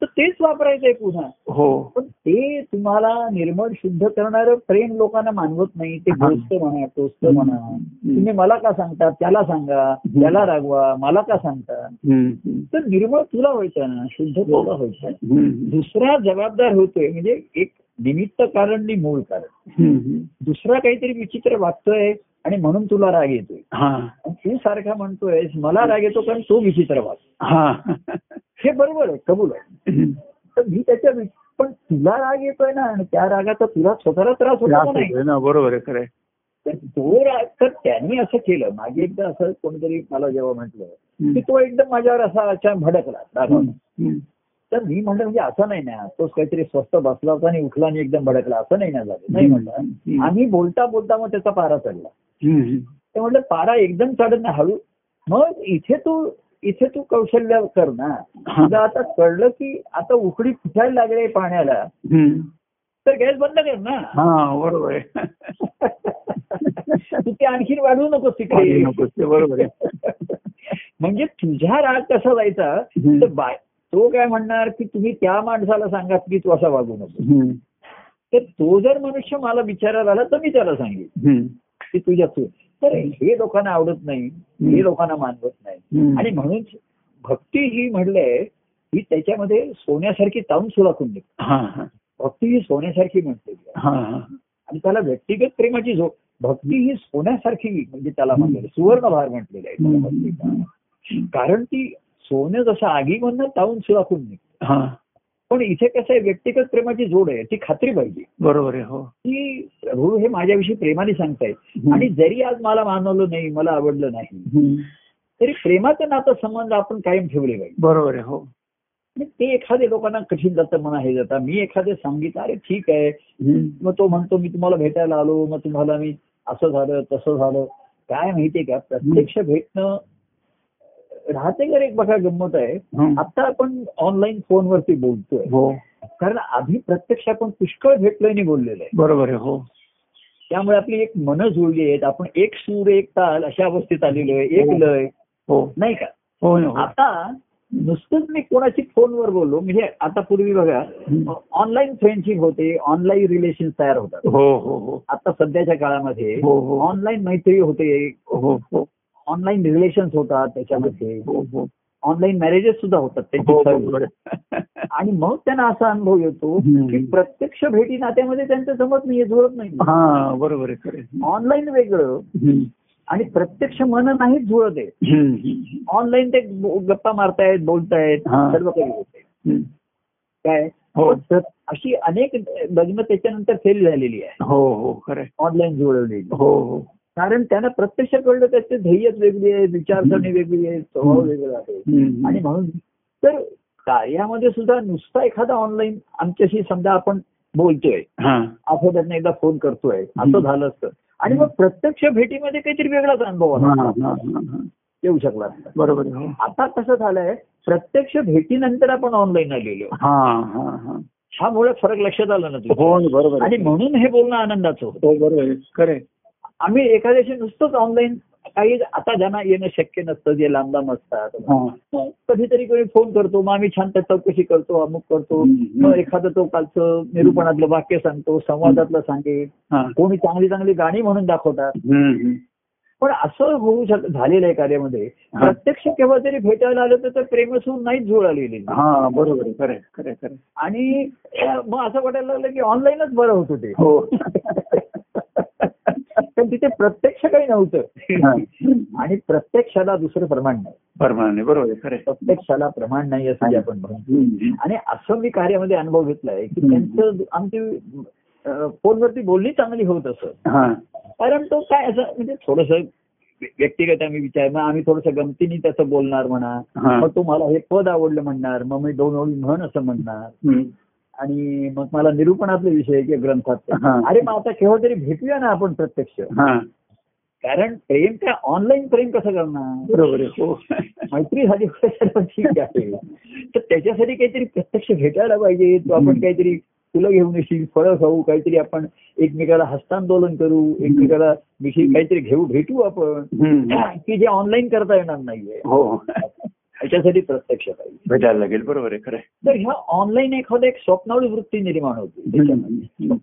Speaker 1: तर तेच वापरायचंय पुन्हा
Speaker 2: हो
Speaker 1: पण ते तुम्हाला निर्मळ शुद्ध करणारं प्रेम लोकांना मानवत नाही ते
Speaker 2: हा.
Speaker 1: गोष्ट म्हणा टोस्त म्हणा
Speaker 2: हम्म.
Speaker 1: तुम्ही मला का सांगता त्याला सांगा त्याला रागवा मला का सांगता
Speaker 2: हम्म.
Speaker 1: तर निर्मळ तुला व्हायचं ना शुद्ध
Speaker 2: हो.
Speaker 1: तुला व्हायचं
Speaker 2: हम्म.
Speaker 1: दुसरा जबाबदार होतोय म्हणजे एक निमित्त कारण आणि मूळ कारण
Speaker 2: हम्म.
Speaker 1: दुसरा काहीतरी विचित्र वागतोय आणि म्हणून तुला राग येतोय
Speaker 2: हा
Speaker 1: आणि तू सारखा म्हणतोय मला राग येतो कारण तो विचित्र वाग
Speaker 2: हा
Speaker 1: हे बरोबर आहे कबूल आहे
Speaker 2: हम्म.
Speaker 1: तर मी त्याच्या वि- पण तुला राग येतोय ना आणि त्या रागाचा तुला स्वतःला त्रास होतो का नाही
Speaker 2: होतोय ना बरोबर आहे खरं आहे.
Speaker 1: तर तो राग तर त्यांनी असं केलं मागे एकदा असं कोणतरी मला जेव्हा म्हटलं की
Speaker 2: हम्म.
Speaker 1: तो एकदम माझ्यावर असा अचानक भडकला रागावला.
Speaker 2: हम्म.
Speaker 1: तर मी म्हटलं म्हणजे असं नाही ना तो काहीतरी स्वस्त बसला होता आणि उठला आणि एकदम भडकला असं नाही ना झालं नाही
Speaker 2: हम्म.
Speaker 1: म्हटलं आम्ही बोलता बोलता मग त्याचा पारा चढला
Speaker 2: हम्म.
Speaker 1: ते म्हटलं पारा एकदम चढत ना हळू मग इथे तू इथे तू कौशल्य कर ना
Speaker 2: हा.
Speaker 1: तुला आता कळलं की आता उकडी फुटायला लागले पाण्याला
Speaker 2: हम्म.
Speaker 1: तर गॅस बंद कर ना
Speaker 2: हा बरोबर आहे
Speaker 1: तू ते आणखी वाढवू नकोस
Speaker 2: पाणी
Speaker 1: तिकडे
Speaker 2: नको ते बरोबर आहे
Speaker 1: म्हणजे तुझा राग कसा जायचा
Speaker 2: हम्म.
Speaker 1: तर बाय तो काय म्हणणार की तुम्ही त्या माणसाला सांगा की तू असा वागू नको
Speaker 2: हम्म.
Speaker 1: तर तो जर मनुष्य मला विचारायला आला तर मी त्याला सांगेन
Speaker 2: हम्म.
Speaker 1: की तुझ्या तू तर हे लोकांना आवडत नाही हे लोकांना मानवत नाही
Speaker 2: हम्म.
Speaker 1: आणि म्हणून भक्ती ही म्हणलंय ही त्याच्यामध्ये सोन्यासारखी ताऊन सुलाखून देते
Speaker 2: हा हा
Speaker 1: भक्ती ही सोन्यासारखी म्हणते
Speaker 2: हा हा.
Speaker 1: आणि त्याला व्यक्तिगत प्रेमाची झो भक्ती ही सोन्यासारखी म्हणजे त्याला म्हणलेलं आहे. सुवर्णभार म्हटलेलं आहे त्याला भक्तीचा. कारण ती सोनं जसं आगीमधनं ताऊन सुलाखून निघते
Speaker 2: हा
Speaker 1: पण इथे कसं आहे व्यक्तिगत प्रेमाची जोड आहे ती खात्री पाहिजे
Speaker 2: बरोबर आहे हो
Speaker 1: की प्रभू हे माझ्याविषयी प्रेमाने सांगतायत आणि जरी आज मला मानवलं नाही मला आवडलं नाही
Speaker 2: हम्म.
Speaker 1: तरी प्रेमाचं नातं संबंध आपण कायम ठेवले पाहिजे
Speaker 2: बरोबर आहे हो
Speaker 1: आणि ते एखाद्या लोकांना कठीण जातं म्हणा हे जातं मी एखादं सांगितलं अरे ठीक आहे
Speaker 2: हम्म.
Speaker 1: मग तो म्हणतो मी तुम्हाला भेटायला आलो मग तुम्हाला मी असं झालं तसं झालं काय माहितीये का प्रत्यक्ष भेटणं राहते का रे एक बघा गंमत आहे
Speaker 2: हम्म.
Speaker 1: आता आपण ऑनलाईन फोनवरती बोलतोय
Speaker 2: हो
Speaker 1: कारण आधी प्रत्यक्ष आपण पुष्कळ भेटलोय आणि बोललेलं आहे
Speaker 2: बरोबर आहे हो
Speaker 1: त्यामुळे आपली एक मन जुळली आहेत आपण एक सूर एक ताल अशा अवस्थेत आलेलो आहे एक लय
Speaker 2: हो
Speaker 1: नाही का
Speaker 2: हो ना हो.
Speaker 1: आता नुसतंच मी कोणाशी फोनवर बोललो म्हणजे आता पूर्वी बघा
Speaker 2: हम्म.
Speaker 1: ऑनलाईन फ्रेंडशिप होते ऑनलाईन रिलेशन तयार होतात
Speaker 2: हो हो हो
Speaker 1: आता सध्याच्या काळामध्ये
Speaker 2: हो, हो.
Speaker 1: ऑनलाईन मैत्री होते
Speaker 2: हो हो
Speaker 1: ऑनलाईन रिलेशन होतात त्याच्यामध्ये
Speaker 2: हो हो
Speaker 1: ऑनलाईन मॅरेजेस सुद्धा होतात
Speaker 2: हो,
Speaker 1: त्यांचे
Speaker 2: बरोबर आहे.
Speaker 1: आणि मग त्यांना असा अनुभव येतो
Speaker 2: हम्म.
Speaker 1: की प्रत्यक्ष भेटी नात्यामध्ये त्यांचं जमत नाही जुळत नाही
Speaker 2: हा बरोबर आहे खरं आहे.
Speaker 1: ऑनलाईन वेगळं
Speaker 2: हम्म.
Speaker 1: आणि प्रत्यक्ष मन नाही जुळत आहे
Speaker 2: हम्म. हम्म.
Speaker 1: ऑनलाईन ते बो- गप्पा मारतायत बोलतायत
Speaker 2: हा.
Speaker 1: सर्व काही होते
Speaker 2: हम्म.
Speaker 1: काय
Speaker 2: हो
Speaker 1: पण तर अशी अनेक लग्न त्याच्यानंतर फेल झालेली आहे
Speaker 2: हो हो खरं आहे.
Speaker 1: ऑनलाईन जुळवलेली
Speaker 2: हो हो
Speaker 1: कारण त्यांना प्रत्यक्ष कळलं त्याचे ध्येयच वेगळी आहे विचारसरणी वेगळी आहे स्वभाव वेगळा आहे
Speaker 2: हम्म.
Speaker 1: आणि म्हणून तर कार्यामध्ये सुद्धा नुसता एखादा ऑनलाईन आमच्याशी समजा आपण बोलतोय
Speaker 2: हा
Speaker 1: आठवड्यातनं एकदा फोन करतोय असं
Speaker 2: हं.
Speaker 1: झालं असतं आणि मग प्रत्यक्ष भेटीमध्ये काहीतरी वेगळाच अनुभव
Speaker 2: हा,
Speaker 1: आला
Speaker 2: हा,
Speaker 1: असता,
Speaker 2: हा, हा.
Speaker 1: येऊ शकला असता.
Speaker 2: बरोबर आहे, हो.
Speaker 1: आता कसं झालंय प्रत्यक्ष भेटीनंतर आपण ऑनलाईन आलेलो आहोत.
Speaker 2: हा हा हा
Speaker 1: हा मुळे फरक लक्षात आला ना तुझ्या
Speaker 2: हो ना, बरोबर
Speaker 1: आणि
Speaker 2: आहे.
Speaker 1: म्हणून हे बोलणं आनंदाचं होतं
Speaker 2: हो बरोबर आहे खरं आहे.
Speaker 1: आम्ही एखाद्याशी नुसतंच ऑनलाईन काही आता ज्यांना येणं शक्य नसतं जे लांब लांब असतात
Speaker 2: हा.
Speaker 1: तो कधीतरी कोणी फोन करतो मग आम्ही छान त्या चौकशी करतो अमुक करतो
Speaker 2: हम्म.
Speaker 1: मग एखादं तो कालचं निरूपणातलं वाक्य सांगतो संवादातलं सांगेल
Speaker 2: हा.
Speaker 1: कोणी चांगली चांगली गाणी म्हणून दाखवतात
Speaker 2: हम्म, हम्म.
Speaker 1: पण असं होऊ शक झालेलं आहे कार्यामध्ये
Speaker 2: हा.
Speaker 1: प्रत्यक्ष केव्हा जरी भेटायला आलं तर ते प्रेमसून नाहीच जोड आलेली
Speaker 2: हा बरोबर आहे खरं आहे, खरं आहे, खरं आहे.
Speaker 1: आणि अं, मग असं वाटायला लागलं की ऑनलाईनच बरं होत ते पण तिथे प्रत्यक्ष काही नव्हतं
Speaker 2: हो
Speaker 1: आणि प्रत्यक्षाला दुसरं प्रमाण नाही
Speaker 2: परमाने बरोबर आहे खरं आहे.
Speaker 1: प्रत्यक्षाला प्रमाण नाही असं जे आपण म्हणतो
Speaker 2: हम्म, हम्म.
Speaker 1: आणि असं मी कार्यामध्ये अनुभव घेतलाय की
Speaker 2: हम्म.
Speaker 1: त्यांचं आमची अं, फोनवरती बोलणी चांगली होत असत
Speaker 2: हा
Speaker 1: कारण तो काय असं म्हणजे थोडस व्यक्तिगत आम्ही विचार मग आम्ही थोडस गमतीने त्याचं बोलणार म्हणा
Speaker 2: हा.
Speaker 1: मग तो मला हे पद आवडलं म्हणणार मग मी दोन ओळी म्हण असं म्हणणार
Speaker 2: हम्म.
Speaker 1: आणि मग मला निरूपणातले विषय किंवा ग्रंथात
Speaker 2: हा.
Speaker 1: अरे मग आता केव्हा तरी भेटूया ना आपण प्रत्यक्ष
Speaker 2: हा
Speaker 1: कारण प्रेम काय ऑनलाईन प्रेम कसं करणार
Speaker 2: बरोबर आहे हो
Speaker 1: मैत्री झाली म्हणजे सर्व ठीक आहे तर त्याच्यासाठी काहीतरी प्रत्यक्ष भेटायला पाहिजे तो आपण
Speaker 2: हम्म.
Speaker 1: काहीतरी फुलं घेऊन येशील फळं खाऊ काहीतरी आपण एकमेकाला हस्तांदोलन करू एकमेकाला विषयी काहीतरी घेऊ भेटू आपण
Speaker 2: हम्म.
Speaker 1: की जे ऑनलाईन करता येणार नाहीये
Speaker 2: हो
Speaker 1: त्याच्यासाठी प्रत्यक्ष पाहिजे
Speaker 2: भेटायला लागेल बरोबर आहे खरं आहे.
Speaker 1: तर ह्या ऑनलाईन एखादं एक स्वप्नाळू वृत्ती निर्माण होते त्याच्यामध्ये.
Speaker 2: हम्म.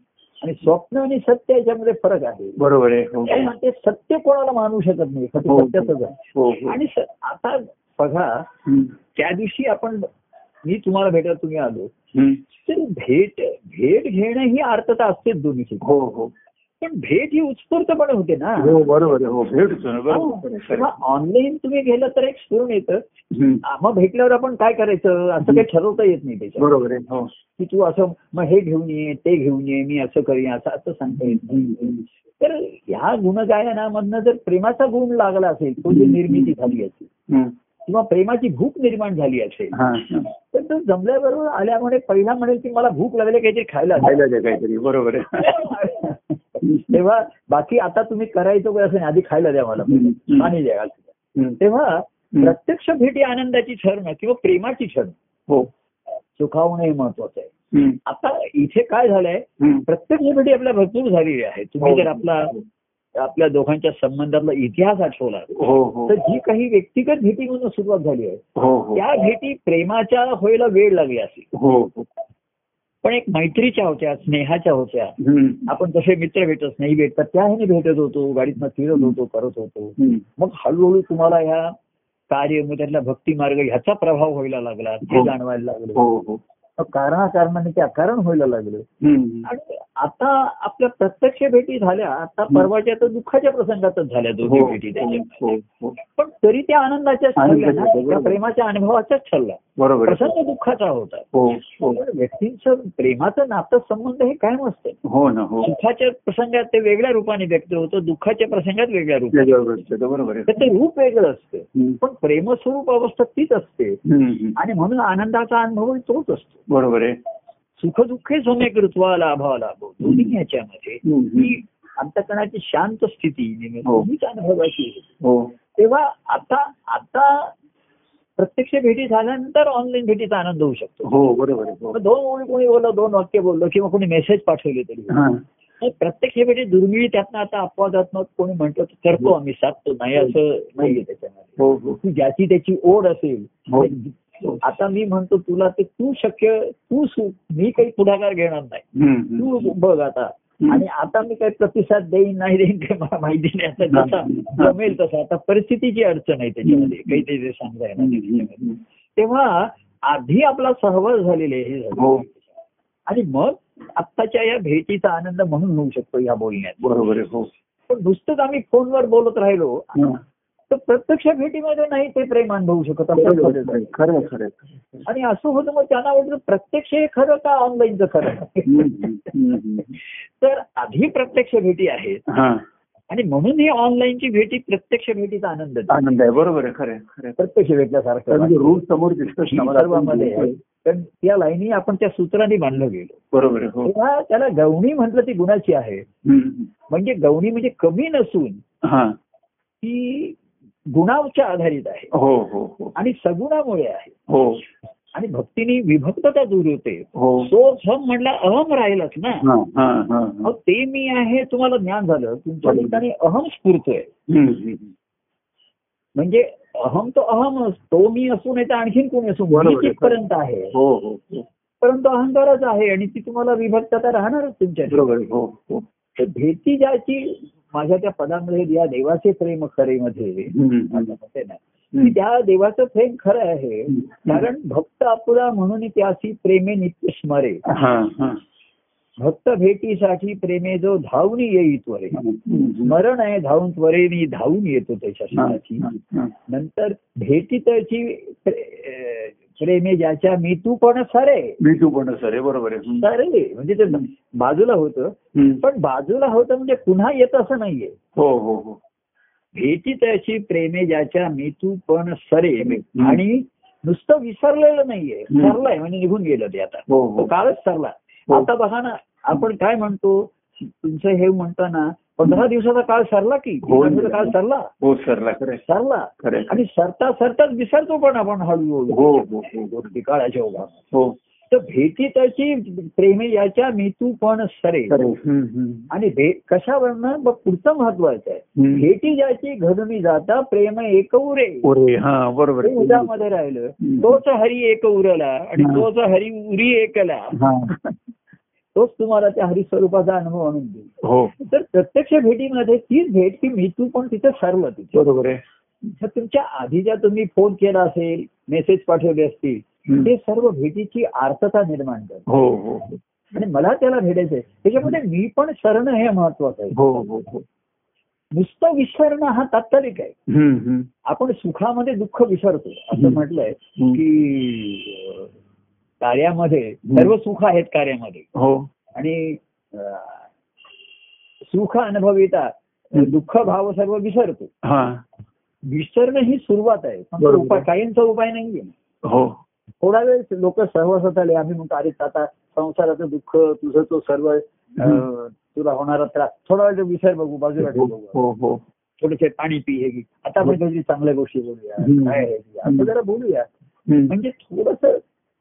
Speaker 1: आणि स्वप्न आणि सत्य याच्यामध्ये फरक आहे
Speaker 2: बरोबर आहे हो
Speaker 1: ते सत्य कोणाला मानू शकत नाही
Speaker 2: हो.
Speaker 1: फक्त सत्याचंच आहे
Speaker 2: हो हो
Speaker 1: आणि स- आता बघा
Speaker 2: हम्म.
Speaker 1: त्या दिवशी आपण मी तुम्हाला भेटा तुम्ही आलो
Speaker 2: हम्म.
Speaker 1: तर भेट भेट घेणं ही अर्थता असतेच दोन्ही ठिकाणी.
Speaker 2: हो हो
Speaker 1: पण भेट ही उत्स्फूर्तपणे होते ना
Speaker 2: हो बरोबर आहे हो भेटतो ना बरोबर आहे, खरं आहे.
Speaker 1: ऑनलाईन तुम्ही गेलं तर एक स्फुरण येतं
Speaker 2: हम्म.
Speaker 1: आ, मग भेटल्यावर आपण काय करायचं असं काही ठरवता येत नाही त्याच्यात
Speaker 2: बरोबर आहे हो
Speaker 1: की तू असं मग हे घेऊन ये ते घेऊन ये मी असं करूया असं असं सांगता येत नाही तर ह्या गुणगायनामधनं जर प्रेमाचा गुण लागला असेल तो जी निर्मिती झाली असेल
Speaker 2: हम्म.
Speaker 1: किंवा प्रेमाची भूक निर्माण झाली असेल
Speaker 2: हा, हा.
Speaker 1: तर तो जमल्याबरोबर आल्यामुळे पहिला म्हणेल की मला भूक लागली काहीतरी खायला द्या.
Speaker 2: खायला द्या काहीतरी बरोबर आहे
Speaker 1: तेव्हा बाकी आता तुम्ही करायचं वय असं नाही आधी खायला द्या मला
Speaker 2: हम्म, हम्म.
Speaker 1: पाणी द्या असं द्या.
Speaker 2: हम्म.
Speaker 1: तेव्हा प्रत्यक्ष भेटी आनंदाची क्षण किंवा प्रेमाची क्षण
Speaker 2: हो
Speaker 1: सुखावणं हे महत्वाचं आहे
Speaker 2: हम्म.
Speaker 1: आता इथे काय झालंय
Speaker 2: हम्म.
Speaker 1: प्रत्यक्ष भेटी आपल्या भरपूर झालेली आहे
Speaker 2: हो.
Speaker 1: तुम्ही जर आपला आपल्या दोघांच्या संबंधातला इतिहास आठवला
Speaker 2: हो हो
Speaker 1: तर जी काही व्यक्तिगत भेटीमधून सुरुवात झाली आहे
Speaker 2: हो हो
Speaker 1: त्या भेटी प्रेमाच्या व्हायला वेळ लागली असेल
Speaker 2: हो हो
Speaker 1: पण एक मैत्रीच्या होत्या स्नेहाच्या होत्या
Speaker 2: हम्म.
Speaker 1: आपण तसे मित्र भेटत नाही भेटतात त्या ह्याने भेटत होतो गाडीतनं फिरत होतो करत होतो
Speaker 2: हम्म.
Speaker 1: मग हळूहळू तुम्हाला ह्या कार्य मग त्यातला भक्ती मार्ग ह्याचा प्रभाव व्हायला लागला ते
Speaker 2: हो.
Speaker 1: जाणवायला लागलं
Speaker 2: हो हो
Speaker 1: मग कारणाकारणाने ते अकारण व्हायला लागलं
Speaker 2: हम्म.
Speaker 1: आणि आता आपल्या प्रत्यक्ष भेटी झाल्या आता परवाच्या तर दुःखाच्या प्रसंगातच झाल्या दोन्ही
Speaker 2: हो,
Speaker 1: भेटी
Speaker 2: हो,
Speaker 1: त्याच्या
Speaker 2: हो, हो.
Speaker 1: पण तरी त्या आनंदाच्याच ठरल्या ना
Speaker 2: आनंदाच्या,
Speaker 1: त्या
Speaker 2: बरोबर.
Speaker 1: प्रेमाच्या अनुभवाच्याच ठरल्या
Speaker 2: बरोबर आहे.
Speaker 1: प्रसंग दुःखाचा होता
Speaker 2: हो हो
Speaker 1: पण व्यक्तींचं प्रेमाचं नातं संबंध हे कायम असतं
Speaker 2: हो ना हो
Speaker 1: सुखाच्या प्रसंगात ते वेगळ्या रूपाने व्यक्त होतं दुःखाच्या प्रसंगात वेगळ्या रूपाने
Speaker 2: त्याच्यावर घडतं ते बरोबर आहे
Speaker 1: त्याचं रूप वेगळं असतं
Speaker 2: हम्म.
Speaker 1: पण प्रेमस्वरूप अवस्था तीच असते
Speaker 2: हम्म, हम्म.
Speaker 1: आणि म्हणून आनंदाचा अनुभव तोच असतो
Speaker 2: बरोबर आहे
Speaker 1: सुख दुःख सोमेक ऋतवा लाभावा लाभो दोन्ही याच्यामध्ये
Speaker 2: हम्म,
Speaker 1: ही
Speaker 2: हम्म.
Speaker 1: अंतकणाची शांत स्थिती नेहमी
Speaker 2: हो.
Speaker 1: हीच अनुभवाची आहे.
Speaker 2: हो
Speaker 1: तेव्हा आता आता प्रत्यक्ष भेटी झाल्यानंतर ऑनलाईन भेटीचा आनंद होऊ शकतो
Speaker 2: हो बरोबर आहे हो
Speaker 1: मग दोन ओळी कोणी बोललं दोन वाक्य बोललं किंवा कोणी मेसेज पाठवले तरी
Speaker 2: हा.
Speaker 1: तर प्रत्यक्ष भेटी म्हणजे दुर्मिळ त्यातनं आता अपवादात्मक कोणी म्हणतो ते करतो आम्ही साधतो नाही असं नाहीये त्याच्यामध्ये
Speaker 2: हो हो
Speaker 1: की ज्याची त्याची ओढ असेल
Speaker 2: हो.
Speaker 1: तर आता मी म्हणतो तुला ते तू शक्य तू सु- मी काही पुढाकार घेणार नाही
Speaker 2: हम्म, हम्म.
Speaker 1: तू बघ आता आणि आता मी काही प्रतिसाद देईन नाही देईन काही मला माहिती नाही आता जसा जमेल तसा आता परिस्थितीची अडचण आहे त्याच्यामध्ये काही ते जे सांगता येणार नाही
Speaker 2: हम्म,
Speaker 1: त्याच्यामध्ये.
Speaker 2: हम्म.
Speaker 1: तेव्हा आधी आपला सहवास झालेले हे झालं.
Speaker 2: हो
Speaker 1: आणि मग आत्ताच्या या भेटीचा आनंद म्हणून होऊ शकतो या बोलण्यात
Speaker 2: बरोबर आहे हो
Speaker 1: पण नुसतंच आम्ही फोनवर बोलत राहिलो
Speaker 2: हा.
Speaker 1: तर प्रत्यक्ष भेटीमध्ये नाही ते प्रेम अनुभवू शकत आपण
Speaker 2: बरोबर
Speaker 1: बोलत
Speaker 2: आहे.
Speaker 1: राहिलो.
Speaker 2: खरं आहे, खरं आहे, खरं आहे.
Speaker 1: आणि असं होतं मग त्यांना वाटलं प्रत्यक्ष हे खरं का ऑनलाईनचं खरं
Speaker 2: हम्म, हम्म, हम्म.
Speaker 1: तर आधी प्रत्यक्ष भेटी आहेत
Speaker 2: हा
Speaker 1: आणि म्हणून ही ऑनलाईनची भेटी प्रत्यक्ष भेटीचा आनंद आहे.
Speaker 2: आनंद आहे बरोबर आहे खरं आहे, खरं आहे.
Speaker 1: प्रत्यक्ष भेटल्यासारखं
Speaker 2: कारण
Speaker 1: वाटतं.
Speaker 2: रूट समोर
Speaker 1: ही
Speaker 2: डिस्कशन
Speaker 1: सर्वांमध्ये आहे. कारण त्या लाईनी आपण त्या सूत्राने बांधलं गेलो
Speaker 2: बरोबर आहे हो
Speaker 1: तेव्हा त्याला गवणी म्हटलं ती गुणाची आहे
Speaker 2: हम्म.
Speaker 1: म्हणजे गवणी म्हणजे कमी नसून
Speaker 2: हा
Speaker 1: ती गुणाच्या आधारित आहे
Speaker 2: हो हो हो
Speaker 1: आणि सगुणामुळे आहे
Speaker 2: हो
Speaker 1: आणि भक्तीने विभक्तता दूर होते
Speaker 2: हो
Speaker 1: सोर्स हम म्हटला अहम राहिलाच ना
Speaker 2: हा हा हा हा.
Speaker 1: अहो, ते मी आहे तुम्हाला ज्ञान झालं तुमच्या
Speaker 2: बरोबर.
Speaker 1: ठिकाणी अहम स्फूर्तोय
Speaker 2: हम्म, हम्म.
Speaker 1: म्हणजे अहम तो अहम तो मी असू नाही तर आणखीन कोणी असू
Speaker 2: बरोबर आहे.
Speaker 1: पर्यंत आहे
Speaker 2: हो हो हो
Speaker 1: परंतु अहंकारच आहे आणि ती तुम्हाला विभक्तता राहणारच तुमच्या ठिकाणी.
Speaker 2: बरोबर आहे. हो हो
Speaker 1: तर भेटी ज्याची माझ्या त्या पदामध्ये या देवाचे प्रेम खरे मध्ये
Speaker 2: हम्म, हम्म.
Speaker 1: माझ्या मते ना, की त्या देवाचं प्रेम खरं आहे
Speaker 2: हम्म.
Speaker 1: कारण भक्त आपुला म्हणून त्याची प्रेमे नित्य स्मरे
Speaker 2: हा हा
Speaker 1: भक्त भेटीसाठी प्रेमे जो धावून येई त्वरे
Speaker 2: हम्म.
Speaker 1: स्मरण आहे धावून त्वरे मी धावून येतो त्याच्या
Speaker 2: हा,
Speaker 1: शब्दाची
Speaker 2: हा, हा.
Speaker 1: नंतर भेटी त्याची प्रे- अं, प्रेमे ज्याच्या मी तू पण सरे
Speaker 2: मी तू पण सर आहे बरोबर आहे हम्म.
Speaker 1: सरे म्हणजे ते बाजूला होतं
Speaker 2: हम्म.
Speaker 1: पण बाजूला होतं म्हणजे पुन्हा येत असं नाहीये
Speaker 2: हो हो हो
Speaker 1: भेटी त्याची प्रेमे ज्याच्या मी तू पण सरे
Speaker 2: हम्म.
Speaker 1: आणि नुसतं विसरलेलं नाहीये
Speaker 2: हम्म.
Speaker 1: सरलाय म्हणजे निघून गेलं ते आता
Speaker 2: हो
Speaker 1: तो
Speaker 2: हो
Speaker 1: काळच सरला
Speaker 2: हो.
Speaker 1: आता बघा ना आपण काय म्हणतो तुमचं हे म्हणताना पंधरा दिवसाचा काळ सरला की
Speaker 2: हो.
Speaker 1: पंधरा दिवसाचा काळ सरला
Speaker 2: हो सरला खरं आहे,
Speaker 1: सरला
Speaker 2: खरं आहे.
Speaker 1: आणि सरता सरताच विसरतो पण आपण हळूहळू
Speaker 2: हो हो हो हो.
Speaker 1: गोष्टी काळाच्या ओघात
Speaker 2: हो
Speaker 1: तर भेटी त्याची प्रेमे याच्या मी तू पण सरे
Speaker 2: खरं आहे. हम्म, हम्म.
Speaker 1: आणि भे कशावरनं मग पुढचं महत्वाचं आहे
Speaker 2: हम्म.
Speaker 1: भेटी ज्याची घडून जाता प्रेम एकवरे
Speaker 2: ओरे हा बरोबर
Speaker 1: ते
Speaker 2: आहे.
Speaker 1: उदामध्ये राहिलं
Speaker 2: हो. हम्म.
Speaker 1: तोच हरी एक उरला आणि
Speaker 2: हा.
Speaker 1: तोच हरी उरी एकला
Speaker 2: हा.
Speaker 1: तोच तुम्हाला त्या हरी स्वरूपाचा अनुभव आणून देईल
Speaker 2: हो
Speaker 1: तर प्रत्यक्ष भेटीमध्ये तीच भेट की मी तू पण तिथे सरलं तिथे
Speaker 2: बरोबर आहे
Speaker 1: तर तुमच्या आधी ज्या तुम्ही फोन केला असेल मेसेज पाठवले असतील
Speaker 2: हम्म.
Speaker 1: ते सर्व भेटीची आर्थता निर्माण करते
Speaker 2: हो हो हो.
Speaker 1: आणि मला त्याला भेटायचंय त्याच्यामध्ये मी पण शरण हे महत्वाचं आहे
Speaker 2: हो हो हो
Speaker 1: नुसतं विसरणं हा तात्कालिक आहे
Speaker 2: हम्म, हम्म.
Speaker 1: आपण सुखामध्ये दुःख विसरतो असं
Speaker 2: हम्म.
Speaker 1: म्हटलंय
Speaker 2: हम्म.
Speaker 1: की अं, कार्यामध्ये सर्व सुख आहेत कार्यामध्ये
Speaker 2: हो
Speaker 1: आणि अं, सुख अनुभविता
Speaker 2: हम्म.
Speaker 1: दुःख भाव सर्व विसरतो
Speaker 2: हा
Speaker 1: विसरणं ही सुरुवात आहे पण तो
Speaker 2: बरोबर.
Speaker 1: उपाय कायमचा उपाय नाहीये
Speaker 2: हो
Speaker 1: थोडा वेळ लोक सहवासात आले आम्ही म्हणतो अरे आता संसाराचं दुःख तुझं तो सर्व अं, तुला होणारा त्रास थोडा वेळ विसर बघू बाजूला ठेव बघू
Speaker 2: हो हो
Speaker 1: थोडेसे पाणी पी हे घे. आता आपण काहीतरी चांगल्या गोष्टी बोलूया
Speaker 2: हम्म.
Speaker 1: काय आहे ते? असं
Speaker 2: हम्म.
Speaker 1: जरा बोलूया
Speaker 2: हम्म.
Speaker 1: म्हणजे थोडस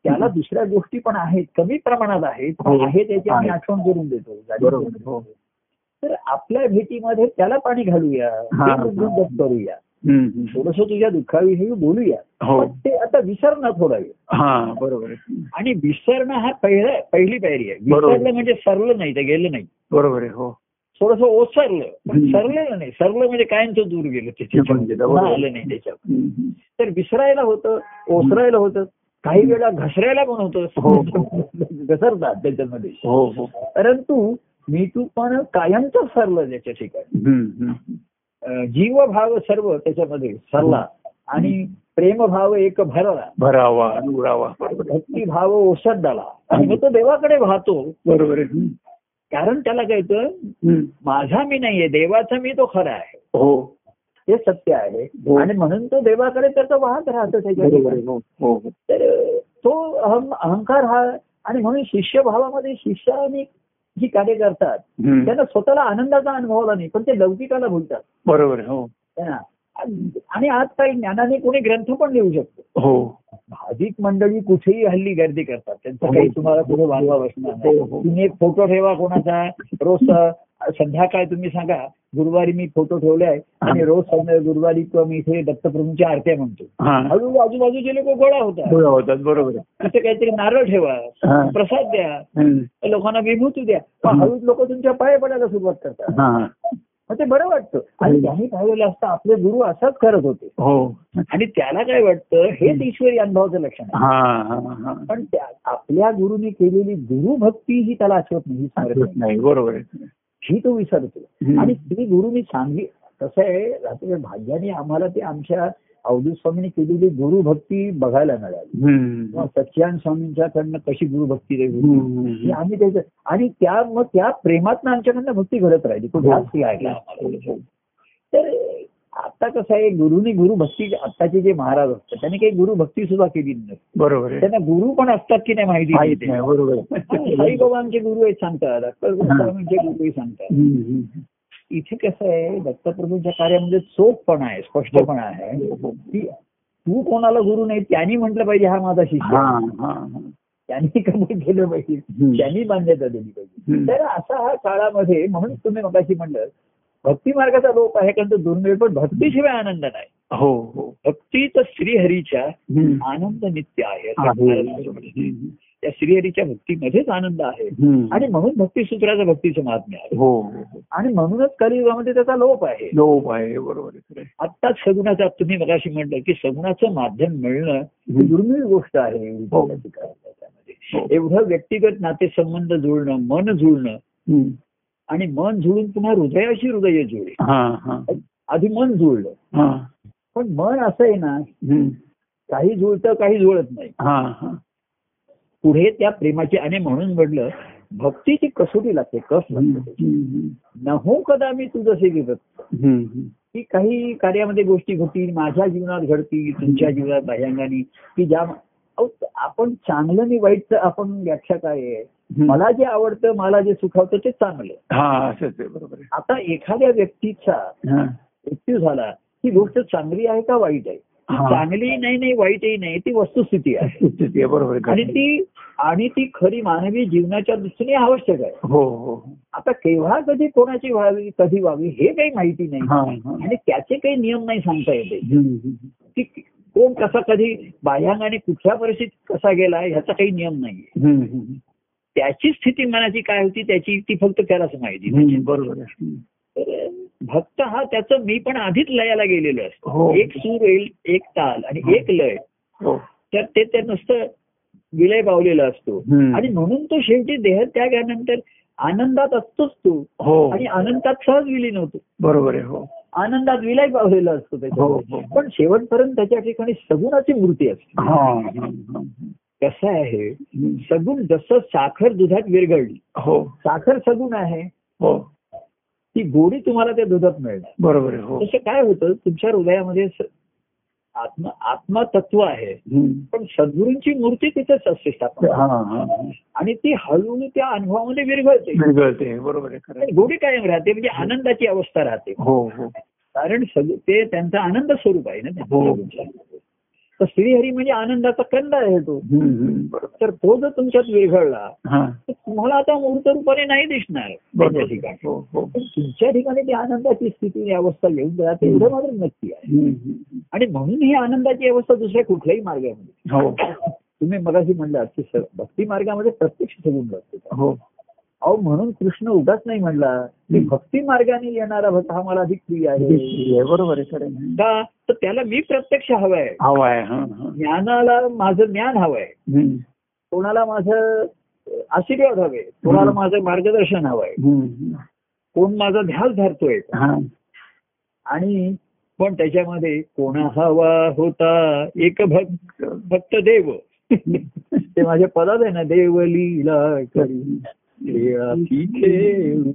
Speaker 1: त्याला दुसऱ्या गोष्टी पण आहेत कमी प्रमाणात आहेत पण
Speaker 2: हो.
Speaker 1: आहे त्याची आम्ही
Speaker 2: आहे.
Speaker 1: आठवण करून देतो जाणीव
Speaker 2: बरोबर. हो.
Speaker 1: करून देतो. तर आपल्या भेटीमध्ये त्याला पाणी घालूया
Speaker 2: हा.
Speaker 1: उद्योग करूया
Speaker 2: हम्म, हम्म.
Speaker 1: थोडस तुझ्या दुःखाविषयी बोलूया
Speaker 2: हो
Speaker 1: पण ते आता विसरणं थोडा वेळ
Speaker 2: हा बरोबर आहे
Speaker 1: आणि विसरणं हा पहिला पहिली पायरी आहे
Speaker 2: बरोबर.
Speaker 1: विसरलं म्हणजे सरलं नाही ते गेलं नाही
Speaker 2: बरोबर आहे हो
Speaker 1: थोडस ओसरलं पण
Speaker 2: हम्म.
Speaker 1: सरलेलं नाही सरलं म्हणजे कायमचं दूर गेलं ते
Speaker 2: निघून
Speaker 1: त्याच्यामध्ये.
Speaker 2: गेलं,
Speaker 1: पुन्हा
Speaker 2: बरोबर.
Speaker 1: आलं नाही त्याच्यावर
Speaker 2: हम्म, हम्म.
Speaker 1: तर विसरायला होतं ओसरायला होतं काही वेळा घसरायला पण होतं
Speaker 2: हो.
Speaker 1: घसरतात त्याच्यामध्ये
Speaker 2: हो हो
Speaker 1: परंतु मी तू पण कायमचं सरलं त्याच्या ठिकाणी
Speaker 2: हम्म, हम्म.
Speaker 1: अं, जीवभाव सर्व त्याच्यामध्ये सरला आणि प्रेमभाव एक भरला
Speaker 2: भरावा अनुरावा बरोबर आहे.
Speaker 1: भक्तीभाव ओसंडाला आणि मग तो देवाकडे वाहतो
Speaker 2: बरोबर आहे हम्म.
Speaker 1: कारण त्याला कळतं
Speaker 2: हम्म.
Speaker 1: माझा मी नाहीये देवाचा मी तो खरा आहे
Speaker 2: हो
Speaker 1: हे सत्य आहे
Speaker 2: हो.
Speaker 1: आणि म्हणून तो देवाकडे त्याचा वाहत राहतो त्याच्या
Speaker 2: बरोबर
Speaker 1: ठिकाणी.
Speaker 2: आहे हो हो हो.
Speaker 1: तर तो अहं अहंकार हा आणि म्हणून शिष्यभावामध्ये शिष्याने जी कार्य करतात
Speaker 2: हम्म.
Speaker 1: त्यांना स्वतःला आनंदाचा अनुभवला नाही पण ते लौकिकाला भुलतात
Speaker 2: बरोबर आहे हो
Speaker 1: त्यांना आणि- आणि आजकाल ज्ञानाने कोणी ग्रंथ पण लिहू शकतो
Speaker 2: हो
Speaker 1: भाविक मंडळी कुठेही हल्ली गर्दी करतात त्यांचं
Speaker 2: हो.
Speaker 1: काही तुम्हाला कुठे वाजवा बसणार नाही
Speaker 2: हो, हो.
Speaker 1: तुम्ही एक फोटो ठेवा कोणाचा रोज स- संध्याकाळ तुम्ही सांगा गुरुवारी मी फोटो ठेवलाय आणि रोज संध्या- गुरुवारी किंवा मी इथे दत्तप्रभूंच्या आरत्या म्हणतो
Speaker 2: हा
Speaker 1: हळूहळू आजूबाजूचे लोक गोळा होतात
Speaker 2: गोळा होतात बरोबर आहे
Speaker 1: तिथे काहीतरी नारळ ठेवा
Speaker 2: हा.
Speaker 1: प्रसाद द्या
Speaker 2: हम्म.
Speaker 1: लोकांना विभूती द्या पण हळूच लोक तुमच्या पाय पडायला सुरुवात करतात
Speaker 2: हा
Speaker 1: मग ते बरं वाटतं आणि त्यांनी पाहिलेलं असतं आपले गुरु असंच करत होते
Speaker 2: हो
Speaker 1: आणि त्याला काय वाटतं हेच ईश्वरी अनुभवाचं लक्षण आहे
Speaker 2: हा हा हा
Speaker 1: पण त्या- आपल्या गुरुने केलेली गुरुभक्ती ही त्याला आठवत नाही ही स्मरत
Speaker 2: हरकत
Speaker 1: नाही.
Speaker 2: नाही बरोबर आहे
Speaker 1: ही तो विसरतो
Speaker 2: हम्म.
Speaker 1: आणि ती गुरुनी सांगली कसं आहे रात्री भाग्याने आम्हाला ते आमच्या अवधूत स्वामींनी केलेली गुरु भक्ती बघायला मिळाली
Speaker 2: हम्म.
Speaker 1: किंवा सच्चिदानंद स्वामींच्याकडनं कशी गुरु भक्ती देवी
Speaker 2: हम्म.
Speaker 1: हे आम्ही त्याचं आणि त्या मग त्या प्रेमातनं आमच्याकडनं भक्ती घडत राहिली तो
Speaker 2: हो.
Speaker 1: ध्यास लागला आम्हाला. तर आता कसं आहे गुरुनी गुरु भक्ती आत्ताचे जे महाराज असतात त्यांनी काही गुरु भक्ती सुद्धा केली नाही
Speaker 2: बरोबर आहे
Speaker 1: त्यांना गुरु पण असतात की नाही माहिती नाही
Speaker 2: माहित नाही, बरोबर आहे.
Speaker 1: ते. साईबाबांचे गुरु आहेत सांगतात दत्तप्रभूंचे गुरु आहेत सांगतात
Speaker 2: हम्म, हम्म.
Speaker 1: इथे कसं आहे दत्तप्रभूंच्या कार्यामध्ये चोखपणा आहे स्पष्टपणा
Speaker 2: हो,
Speaker 1: आहे की तू कोणाला गुरु नाही त्यांनी म्हटलं पाहिजे हा माझा शिष्य
Speaker 2: हा,
Speaker 1: आहे.
Speaker 2: हा, हा.
Speaker 1: त्यांनी कबूल केलं पाहिजे
Speaker 2: हम्म.
Speaker 1: त्यांनी मान्यता दिली
Speaker 2: हम्म.
Speaker 1: पाहिजे तर असा हा काळामध्ये म्हणून तुम्ही मगाशी म्हणलं भक्ती मार्गाचा लोप आहे कारण तो दुर्मिळ पण भक्तीशिवाय आनंद नाही
Speaker 2: हो हो
Speaker 1: भक्ती तर श्रीहरीच्या
Speaker 2: हम्म.
Speaker 1: आनंद नित्य आहे असं
Speaker 2: आहे.
Speaker 1: महाराज म्हणतात. त्या श्रीहरीच्या भक्तीमध्येच आनंद आहे
Speaker 2: हम्म.
Speaker 1: आणि म्हणून भक्तीसूत्राचं भक्तीचं महात्म्य आहे
Speaker 2: हो हो.
Speaker 1: आणि म्हणूनच कलियुगामध्ये त्याचा लोप आहे
Speaker 2: लोभ आहे बरोबर आहे खरं आहे.
Speaker 1: आत्ताच सगुणाचं तुम्ही मगाशी म्हटलं की सगुणाचं माध्यम मिळणं ही दुर्मिळ गोष्ट आहे
Speaker 2: हो. हो.
Speaker 1: त्याच्यामध्ये एवढं व्यक्तिगत नातेसंबंध जुळणं मन जुळणं
Speaker 2: हम्म.
Speaker 1: आणि मन जुळून पुन्हा हृदयाशी हृदय जुळले
Speaker 2: हा हा
Speaker 1: आधी मन जुळलं
Speaker 2: हा
Speaker 1: पण मन असं आहे ना
Speaker 2: हम्म.
Speaker 1: काही जुळतं काही जुळत नाही
Speaker 2: हा हा
Speaker 1: पुढे त्या प्रेमाची आणि म्हणून म्हटलं भक्तीची कसोटी लागते कस
Speaker 2: हम्म.
Speaker 1: लागते
Speaker 2: हम्म.
Speaker 1: नहो कदा मी तुझं सेवित
Speaker 2: हम्म.
Speaker 1: की काही कार्यामध्ये गोष्टी घडतील माझ्या जीवनात घडतील तुमच्या जीवनात बाह्यांगाने की ज्या अहो, आपण चांगलं आणि वाईटचं आपण व्याख्या काय आहे मला जे आवडतं मला जे सुखावतं ते चांगलं
Speaker 2: हा असंच आहे बरोबर आहे
Speaker 1: आता एखाद्या व्यक्तीचा
Speaker 2: हा.
Speaker 1: मृत्यू झाला ही गोष्ट चांगली आहे का वाईट आहे
Speaker 2: हा.
Speaker 1: चांगली नाही नाही वाईटही नाही ती वस्तुस्थिती आहे
Speaker 2: स्थिती आहे, बरोबर आहे खरं
Speaker 1: आणि
Speaker 2: आहे.
Speaker 1: ती आणि ती खरी मानवी जीवनाच्या दृष्टीने आवश्यक आहे
Speaker 2: हो हो
Speaker 1: आता केव्हा कधी कोणाची व्हावी कधी व्हावी हे काही माहिती नाही
Speaker 2: हा हा
Speaker 1: आणि त्याचे काही नियम नाही सांगता येते
Speaker 2: हम्म.
Speaker 1: की कोण कसा कधी बाह्यांगाने कुठल्या परिस्थितीत कसा गेला ह्याचा काही नियम नाहीये
Speaker 2: हम्म.
Speaker 1: त्याची स्थिती मनाची काय होती त्याची ती फक्त त्यालाच माहिती
Speaker 2: हम्म. म्हणजे बरोबर आहे हम्म.
Speaker 1: तर भक्त हा त्याचं मी पण आधीच लयाला गेलेलो
Speaker 2: हो.
Speaker 1: असतो एक सूर येईल एक ताल आणि एक लय
Speaker 2: हो
Speaker 1: तर ते ते नुसतं विलय पावलेला असतो
Speaker 2: हम्म.
Speaker 1: आणि म्हणून तो शेवटी देहत्यागानंतर आनंदात असतोच तो
Speaker 2: हो
Speaker 1: आणि आनंदात सहज विलीन होतो
Speaker 2: बरोबर आहे हो
Speaker 1: आनंदात विलय पावलेला असतो
Speaker 2: हो,
Speaker 1: त्याच्या
Speaker 2: हो.
Speaker 1: पण शेवटपर्यंत त्याच्या ठिकाणी सगुणाची मूर्ती असते
Speaker 2: हा हा, हा.
Speaker 1: कसं आहे
Speaker 2: हम्म.
Speaker 1: सगुण जसं साखर दुधात विरघळली
Speaker 2: हो
Speaker 1: साखर सगुण आहे
Speaker 2: हो
Speaker 1: ती गोडी तुम्हाला त्या दुधात मिळणार
Speaker 2: बरोबर आहे हो
Speaker 1: तसं काय होतं तुमच्या हृदयामध्ये स- आत्म आत्मतत्व आहे
Speaker 2: हम्म.
Speaker 1: पण सद्गुरूंची मूर्ती तिथेच असते स्थापन
Speaker 2: हा हा
Speaker 1: आणि ती हळूहळू त्या अनुभवामध्ये विरघळते
Speaker 2: विरघळते बरोबर आहे खरं आहे.
Speaker 1: आणि गोडी कायम राहते म्हणजे आनंदाची अवस्था राहते
Speaker 2: हो हो
Speaker 1: कारण सगु- ते त्यांचा आनंद स्वरूप आहे ना
Speaker 2: हो.
Speaker 1: त्यांच्या सगुणचा. तर श्रीहरी म्हणजे आनंदाचा कंद आहे तो
Speaker 2: हम्म, हम्म. बरोबर
Speaker 1: तर तो जर तुमच्यात विरघळला
Speaker 2: हा
Speaker 1: तर तुम्हाला आता मूर्त रूपाने नाही दिसणार त्याच्या
Speaker 2: बरोबर
Speaker 1: ठिकाणी
Speaker 2: आहे. हो हो
Speaker 1: पण तुमच्या ठिकाणी ती आनंदाची स्थिती आणि अवस्था येऊन जाते एवढं मात्र नक्की आहे
Speaker 2: हम्म, हम्म.
Speaker 1: आणि म्हणून ही आनंदाची अवस्था दुसऱ्या कुठल्याही मार्गामध्ये
Speaker 2: हो
Speaker 1: तुम्ही मगाशी म्हणला की सर- भक्ती मार्गामध्ये प्रत्यक्ष सगून बसतो
Speaker 2: हो
Speaker 1: अहो म्हणून कृष्ण उगाच नाही म्हणला की
Speaker 2: हं.
Speaker 1: भक्ती मार्गाने येणारा भक्त हा मला अधिक प्रिय आहे
Speaker 2: हे बरोबर आहे खरं आहे.
Speaker 1: का तर त्याला मी प्रत्यक्ष हवाय
Speaker 2: हवा आहे हा हा
Speaker 1: ज्ञानाला माझं ज्ञान हवंय
Speaker 2: हम्म,
Speaker 1: कोणाला माझं अ, आशीर्वाद हवे कोणाला माझं मार्गदर्शन हवंय
Speaker 2: हम्म.
Speaker 1: कोण माझा ध्यास धरतोय
Speaker 2: हा
Speaker 1: आणि पण त्याच्यामध्ये कोणा हवा होता एक भक्त भक्त देव ते माझ्या पदात आहे ना देव लीला करी लीळाची खेळू.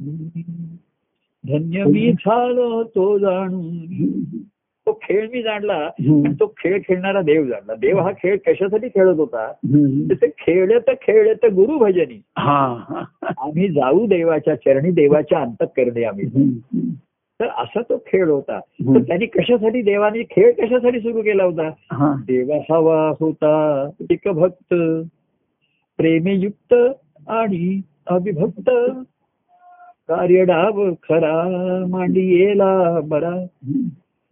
Speaker 1: धन्य मी झालो तो जाणून
Speaker 2: हम्म.
Speaker 1: तो खेळ मी जाणला
Speaker 2: हम्म.
Speaker 1: आणि तो खेळ खेळणारा देव जाणला देव हा खेळ कशासाठी खेळत होता
Speaker 2: हम्म.
Speaker 1: तर ते खेळत खेळत गुरु भजनी
Speaker 2: हा हा
Speaker 1: आम्ही जाऊ देवाच्या चरणी देवाच्या अंतक करणे आम्ही
Speaker 2: हम्म.
Speaker 1: तर असा तो खेळ होता तर
Speaker 2: हम्म.
Speaker 1: त्यांनी कशासाठी देवाने खेळ कशासाठी सुरू केला होता
Speaker 2: हा
Speaker 1: देवा हवा होता एक भक्त प्रेमयुक्त आणि अभिभक्त कार्यडाव खरा मांडी येला बरा
Speaker 2: हम्म.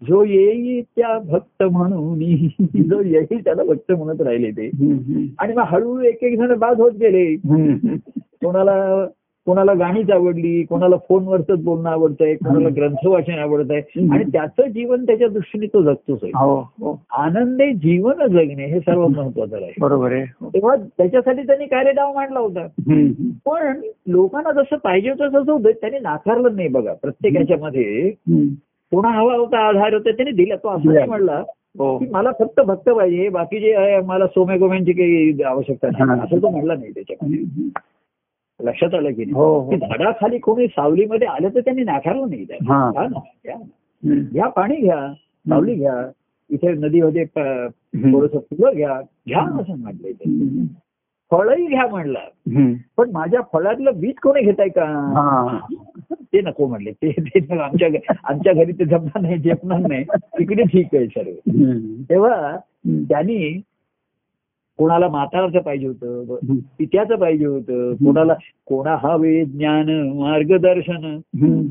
Speaker 1: जो येई त्या भक्त म्हणून जो येई त्याला भक्त म्हणत राहिले ते
Speaker 2: हम्म.
Speaker 1: आणि मग हळूहळू एक एक जण बाद होत गेले
Speaker 2: हम्म.
Speaker 1: कोणाला कोणाला गाणीच आवडली कोणाला फोनवरच बोलणं आवडतंय कोणाला ग्रंथ वाचन आवडतंय
Speaker 2: हम्म.
Speaker 1: आणि त्याचं जीवन त्याच्या दृष्टीने तो जगतोच आहे
Speaker 2: हो हो
Speaker 1: आनंदे जीवन जगणे हे सर्वात महत्वाचं आहे
Speaker 2: बरोबर आहे हो.
Speaker 1: तेव्हा त्याच्यासाठी त्यांनी कार्यडाव मांडला होता
Speaker 2: हम्म.
Speaker 1: पण लोकांना जसं पाहिजे होतं तसं होतं त्यांनी नाकारलं नाही बघा प्रत्येकाच्या मध्ये
Speaker 2: हम्म.
Speaker 1: कोणा हवा होता आधार होता त्याने दिला तो असं नाही म्हणला
Speaker 2: हो
Speaker 1: की मला फक्त भक्त पाहिजे बाकी जे आहे मला सोमे गोम्यांची काही आवश्यकता नाही
Speaker 2: हा.
Speaker 1: असं तो म्हणला नाही त्याच्यामध्ये लक्षात आलं की नाही
Speaker 2: हो
Speaker 1: की
Speaker 2: हो
Speaker 1: झाडाखाली कोणी सावलीमध्ये आलं तर त्यांनी नाकारलं नाही त्याला.
Speaker 2: हा.
Speaker 1: घ्या ना, घ्या ना.
Speaker 2: हम्म.
Speaker 1: घ्या पाणी घ्या सावली घ्या इथे नदीमध्ये
Speaker 2: हम्म.
Speaker 1: थोडस फुलं घ्या घ्या असं म्हटलंय ते
Speaker 2: हम्म.
Speaker 1: फळही घ्या म्हणलं
Speaker 2: हम्म.
Speaker 1: पण माझ्या फळातलं बीज कोणी घेताय का
Speaker 2: हा.
Speaker 1: ते नको म्हणले ते ते नको. आमच्या घ- आमच्या घरी ते जमणार नाही जमणार नाही तिकडे ठीक आहे सर्व
Speaker 2: हम्म.
Speaker 1: तेव्हा त्यांनी कोणाला म्हाताराचं पाहिजे होतं
Speaker 2: हम्म.
Speaker 1: पित्याचं पाहिजे होतं कोणाला कोणा हवे ज्ञान मार्गदर्शन
Speaker 2: हम्म.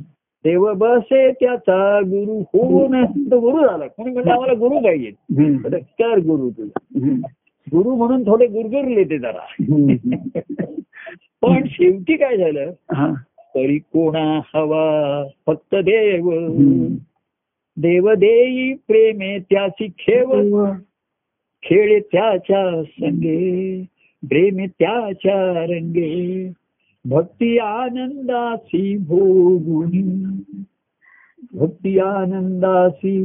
Speaker 1: देव बसे त्याचा गुरु हो, होऊन तो गुरु झाला कोणी म्हणलं आम्हाला गुरु पाहिजे
Speaker 2: हम्म.
Speaker 1: बरं, कर गुरु तुझा
Speaker 2: हम्म.
Speaker 1: गुरु म्हणून थोडे गुरगुरले ते जरा
Speaker 2: हम्म.
Speaker 1: पण शेवटी काय झालं
Speaker 2: हा.
Speaker 1: तरी कोणा हवा फक्त देव
Speaker 2: हम्म.
Speaker 1: देव देई प्रेमे त्याची खेव खेळ त्याच्या संगे प्रेम त्याच्या रंगे भक्ती आनंदासी भोगुनी भक्ती आनंदासी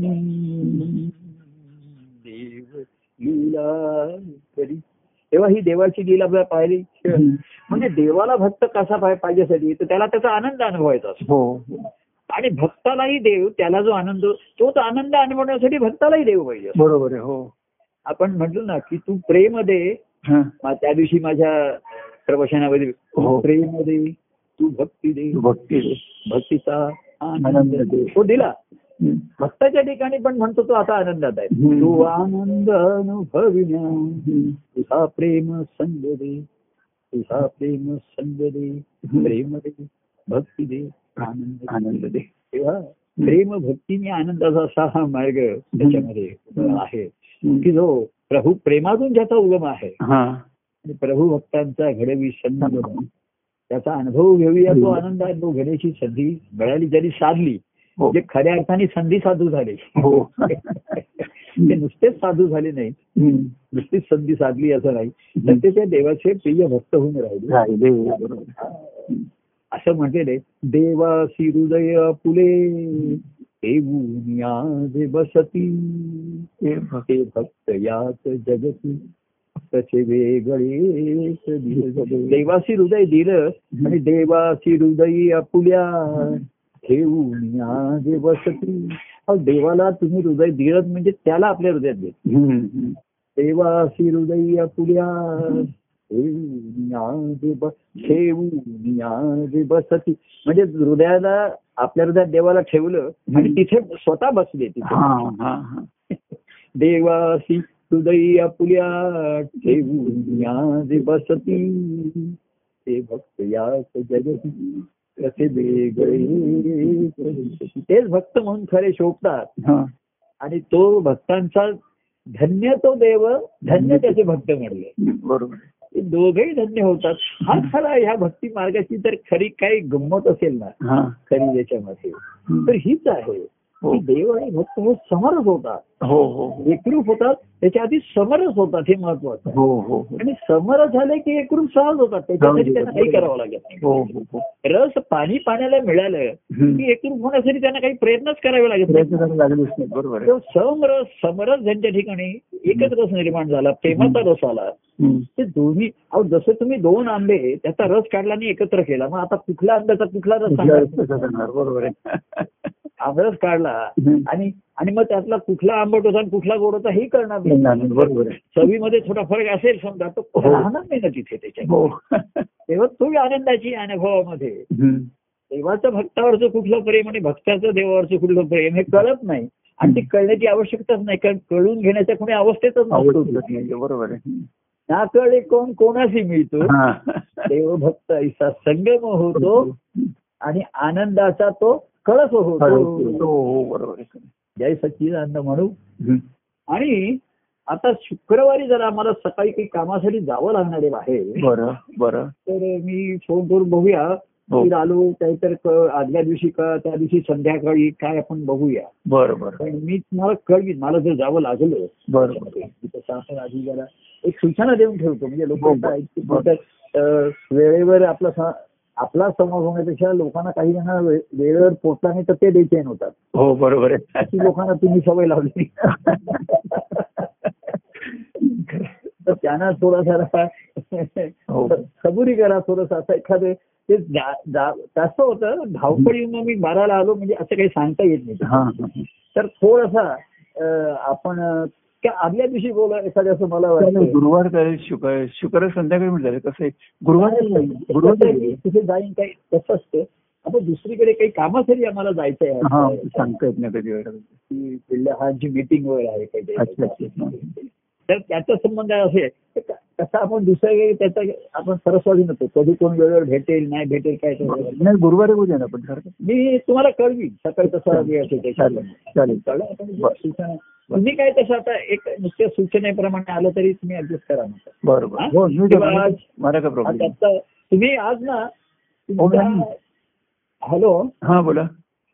Speaker 1: भोगुनी देव लीला करी तेव्हा ही देवाची लीला आपल्याला पाहिली
Speaker 2: हम्म.
Speaker 1: म्हणजे देवाला भक्त कसा पाहि- पाहिजे साठी तर त्याला त्याचा आनंद अनुभवायचा असतो
Speaker 2: हो
Speaker 1: आणि भक्तालाही देव त्याला जो आनंद तोच आनंद अनुभवण्यासाठी भक्तालाही देव पाहिजे असतो.
Speaker 2: बरोबर आहे हो
Speaker 1: आपण म्हटलं ना की तू प्रेम दे
Speaker 2: हा.
Speaker 1: मा- त्या दिवशी माझ्या प्रवचनामध्ये
Speaker 2: हो.
Speaker 1: प्रेम दे तू भक्ती दे
Speaker 2: भक्ती आहे.
Speaker 1: भक्तीचा आनंद
Speaker 2: आनंद
Speaker 1: दे
Speaker 2: दे.
Speaker 1: तो दिला
Speaker 2: हम्म.
Speaker 1: भक्ताच्या ठिकाणी पण म्हणतो तो आता आनंदात आहे
Speaker 2: हम्म.
Speaker 1: तू आनंद अनुभविण्या
Speaker 2: हम्म.
Speaker 1: तुझा प्रेम संग दे तुझा प्रेम संग दे प्रेम दे भक्ती दे आनंद दे.
Speaker 2: आनंद दे
Speaker 1: तेव्हा प्रेम भक्तीने आनंदाचा असा हा मार्ग त्याच्यामध्ये आहे की जो प्रभू प्रेमातून ज्याचा उगम आहे
Speaker 2: हा
Speaker 1: आणि प्रभू भक्तांचा घडवी संगम त्याचा अनुभव घेऊया तो आनंद अनुभव घेण्याची संधी मिळाली जरी साधली
Speaker 2: हो
Speaker 1: जे खऱ्या अर्थाने संधी साधू झाली
Speaker 2: हो
Speaker 1: ते नुसतेच साधू झाले नाही
Speaker 2: हम्म.
Speaker 1: नुसतीच संधी साधली असं नाही तर ते त्या देवाचे प्रिय भक्त होऊन राहिले
Speaker 2: राहिले बरोबर
Speaker 1: असं म्हटलेले देवासी हृदय फुले देऊन आज बसती
Speaker 2: ते भक्ती
Speaker 1: ते भक्त यात जगती तसे वेगळे देवासी हृदय दिलं आणि देवासी हृदय आपुल्या ठेवून आज बसती अहो, देवाला तुम्ही हृदय दिलं म्हणजे त्याला आपल्या हृदयात घेत
Speaker 2: हम्म. हम्म.
Speaker 1: देवासी हृदय आपुल्या ठेवून आज ब- ठेवून आज बसती म्हणजे हृदयाला आपल्या हृदयात देवाला ठेवलं आणि तिथे स्वतः बसले तिथे
Speaker 2: हा हा हा
Speaker 1: देवासी हृदय आपुल्या ठेवून आज बसती ते भक्त यास जगती कसे वेगळे तेच भक्त म्हणून खरे शोभतात
Speaker 2: हा
Speaker 1: आणि तो भक्तांचा धन्य तो देव धन्य त्याचे भक्त म्हणले
Speaker 2: बरोबर आहे.
Speaker 1: हे दोघेही धन्य होतात हा खरा ह्या भक्ती मार्गाची तर खरी काही गंमत असेल ना
Speaker 2: हा
Speaker 1: खरी याच्यामध्ये तर
Speaker 2: हम्म.
Speaker 1: हीच आहे
Speaker 2: हो
Speaker 1: की देव आणि भक्त हे समरस होतात
Speaker 2: हो हो
Speaker 1: एकरूप होतात त्याच्या आधी समरस होतात हे महत्वाचं आहे.
Speaker 2: हो हो हो
Speaker 1: आणि समरस झाले की एकरूप सहज होतात त्याच्यासाठी त्यांना काही करावं लागत नाही
Speaker 2: हो हो हो
Speaker 1: रस पाणी पाण्याला मिळालं
Speaker 2: हम्म.
Speaker 1: की एकरूप होण्यासाठी त्यांना काही प्रयत्नच करावे लागत नाही
Speaker 2: प्रयत्न करायला लागले असतील बरोबर आहे
Speaker 1: तो समरस समरस ज्यांच्या ठिकाणी एकच रस निर्माण झाला प्रेमाचा रस आला
Speaker 2: हम्म.
Speaker 1: ते दोन्ही अहो जसं तुम्ही दोन आंबे त्याचा रस काढला आणि एकत्र केला मग आता कुठला आंब्याचा कुठला रस
Speaker 2: कुठल्या
Speaker 1: काढला?
Speaker 2: रस्त्याचं करणार बरोबर आहे
Speaker 1: आमरस काढला
Speaker 2: हम्म.
Speaker 1: आणि आणि मग त्यातला कुठला आंबट होता आणि कुठला गोड होता हे करणार नाही.
Speaker 2: नाही, नाही, बरोबर आहे
Speaker 1: चवीमध्ये थोडा फरक असेल समजा तो
Speaker 2: हो.
Speaker 1: राहणार नाही ना तिथे त्याच्या
Speaker 2: हो
Speaker 1: तेव्हा तो आनंदाची अनुभवामध्ये
Speaker 2: हम्म.
Speaker 1: देवाचं भक्तावरचं कुठलं प्रेम आणि भक्ताचं देवावरचं कुठलं प्रेम हे कळत नाही आणि ती कळण्याची आवश्यकताच नाही कारण कळून घेण्याच्या कोणी अवस्थेतच नसतो
Speaker 2: आवडतं नाही, बरोबर आहे
Speaker 1: ना कळे कोण कोणाशी मिळतो
Speaker 2: हा.
Speaker 1: देवभक्त ऐसा संगम होतो आणि आनंदाचा तो कळस होतो
Speaker 2: हो तो हो बरोबर आहे
Speaker 1: जय सच्चिदानंद म्हणू
Speaker 2: हम्म.
Speaker 1: आणि आता शुक्रवारी जर आम्हाला सकाळी काही कामासाठी जावं लागणार आहे बाहेर
Speaker 2: बरं बरं
Speaker 1: तर मी फोन करून बघूया
Speaker 2: हो
Speaker 1: की आलो काहीतरी क- आदल्या दिवशी का त्या दिवशी संध्याकाळी काय आपण बघूया
Speaker 2: बरं बरं
Speaker 1: पण मी तुम्हाला कळवीन मला जर जावं लागलं म्हणजे
Speaker 2: बरं
Speaker 1: तसं आपण आधी जरा एक सूचना देऊन ठेवतो म्हणजे
Speaker 2: हो, हो.
Speaker 1: लोक वेळेवर आपला सा- आपला समोर होण्यापेक्षा लोकांना काही जण वे- वेळेवर पोचला नाही तर ते बेचैन होतात
Speaker 2: हो बरोबर आहे
Speaker 1: अशी लोकांना तुम्ही सवय लावली तर त्यांना थोडासा रस्ता
Speaker 2: हो
Speaker 1: सबुरी करा थोडस असं एखादं ते जा- जा- कसं होतं धावपळीनं मी बाराला आलो म्हणजे असं काही सांगता येत नाही
Speaker 2: हा हा.
Speaker 1: तर थोडासा अं, आपण अं, त्या आदल्या दिवशी बोला एखाद्या असं मला
Speaker 2: चालेल,
Speaker 1: वाटतं
Speaker 2: गुरुवार काय शुक्र शुक्र संध्याकाळी म्हटलं कसं आहे गुरुवार
Speaker 1: कसं आहे
Speaker 2: गुरुवार
Speaker 1: की तिथे जाईन काही कसं असते आपण दुसरीकडे काही कामासाठी आम्हाला जायचं
Speaker 2: हा
Speaker 1: आहे
Speaker 2: सांगता येत नाही कधी वेळेला.
Speaker 1: की पिल्ला हा जी मीटिंग वगैरे आहे काही
Speaker 2: अच्छा अच्छा
Speaker 1: तर त्याचा संबंध असे कसं आपण दुसऱ्या त्याचा आपण सरस्वाधीन होतो कधी कोण वेळेवर भेटेल नाही भेटेल काय ते वगैरे.
Speaker 2: नाही गुरुवारी बोलूया ना आपण सारखं
Speaker 1: मी तुम्हाला कळवीन सकाळी तसा वेळ असेल
Speaker 2: चालेल
Speaker 1: त्याच्यामध्ये
Speaker 2: चालेल
Speaker 1: कळलं आपण जे सूचना तुम्ही काय तसं आता एक नुसत्या सूचनेप्रमाणे आलं तरी तुम्ही ऍडजस्ट करा म्हणता.
Speaker 2: बरोबर
Speaker 1: हा?
Speaker 2: हो मी
Speaker 1: किंवा
Speaker 2: देतो.
Speaker 1: आज-
Speaker 2: मला काय
Speaker 1: आज
Speaker 2: प्रॉब्लेम
Speaker 1: आता तुम्ही आज ना
Speaker 2: हो, मॅडम.
Speaker 1: हॅलो
Speaker 2: हा बोला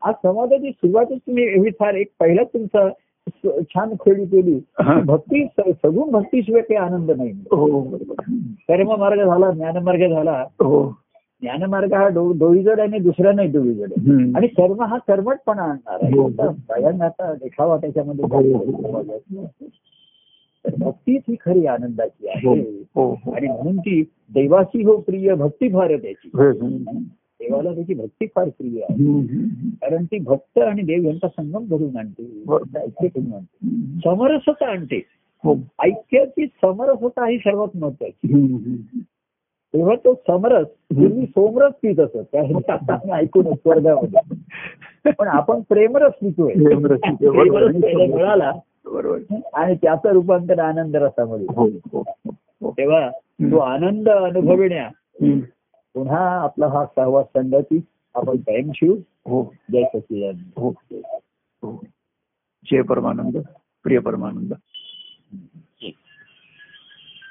Speaker 1: आज संवादाची सुरुवातच तुम्ही एवढी फार एक पहिला तुमचा स- छान खेळी केली
Speaker 2: हा.
Speaker 1: भक्ती स- सगुण भक्तीशिवाय काही आनंद नाही
Speaker 2: हो बरोबर
Speaker 1: कर्म मार्ग झाला ज्ञानमार्ग झाला
Speaker 2: हो
Speaker 1: ज्ञानमार्ग हा डो- डोईजड आहे आणि दुसरा नाही डोईजड आहे
Speaker 2: हम्म.
Speaker 1: आणि कर्म हा कर्मटपणा आणणार
Speaker 2: हो.
Speaker 1: आहे भयांना देखावा त्याच्यामध्ये तर भक्तीच ही खरी आनंदाची
Speaker 2: हो
Speaker 1: आहे
Speaker 2: हो हो.
Speaker 1: आणि म्हणून ती देवासी हो प्रिय भक्ती फार आहे त्याची
Speaker 2: हम्म.
Speaker 1: देवाला त्याची भक्ती फार प्रिय आहे
Speaker 2: हम्म.
Speaker 1: कारण ती भक्त आणि देव यांचा संगम घडून आणते
Speaker 2: बरोबर.
Speaker 1: ऐक्य घडून आणते समरसता आणते
Speaker 2: हो
Speaker 1: ऐक्याची समरसता ही सर्वात महत्वाची
Speaker 2: हम्म.
Speaker 1: तेव्हा तो समरस पूर्वी सोमरस पित असत त्यासाठी आता आम्ही ऐकून स्वर्गामध्ये पण आपण प्रेमरस पितोय
Speaker 2: प्रेमरस पितोय. बरोबर.
Speaker 1: प्रेमरस प्यायला मिळाला
Speaker 2: बरोबर
Speaker 1: आणि त्याचं रूपांतर आनंद रसामध्ये
Speaker 2: हो हो
Speaker 1: तेव्हा तो आनंद अनुभविण्या
Speaker 2: हम्म.
Speaker 1: पुन्हा आपला हा सहवास संघाची आपण कायम शिव
Speaker 2: हो
Speaker 1: जय सच्चिदानंद
Speaker 2: हो हो जय परमानंद प्रिय परमानंद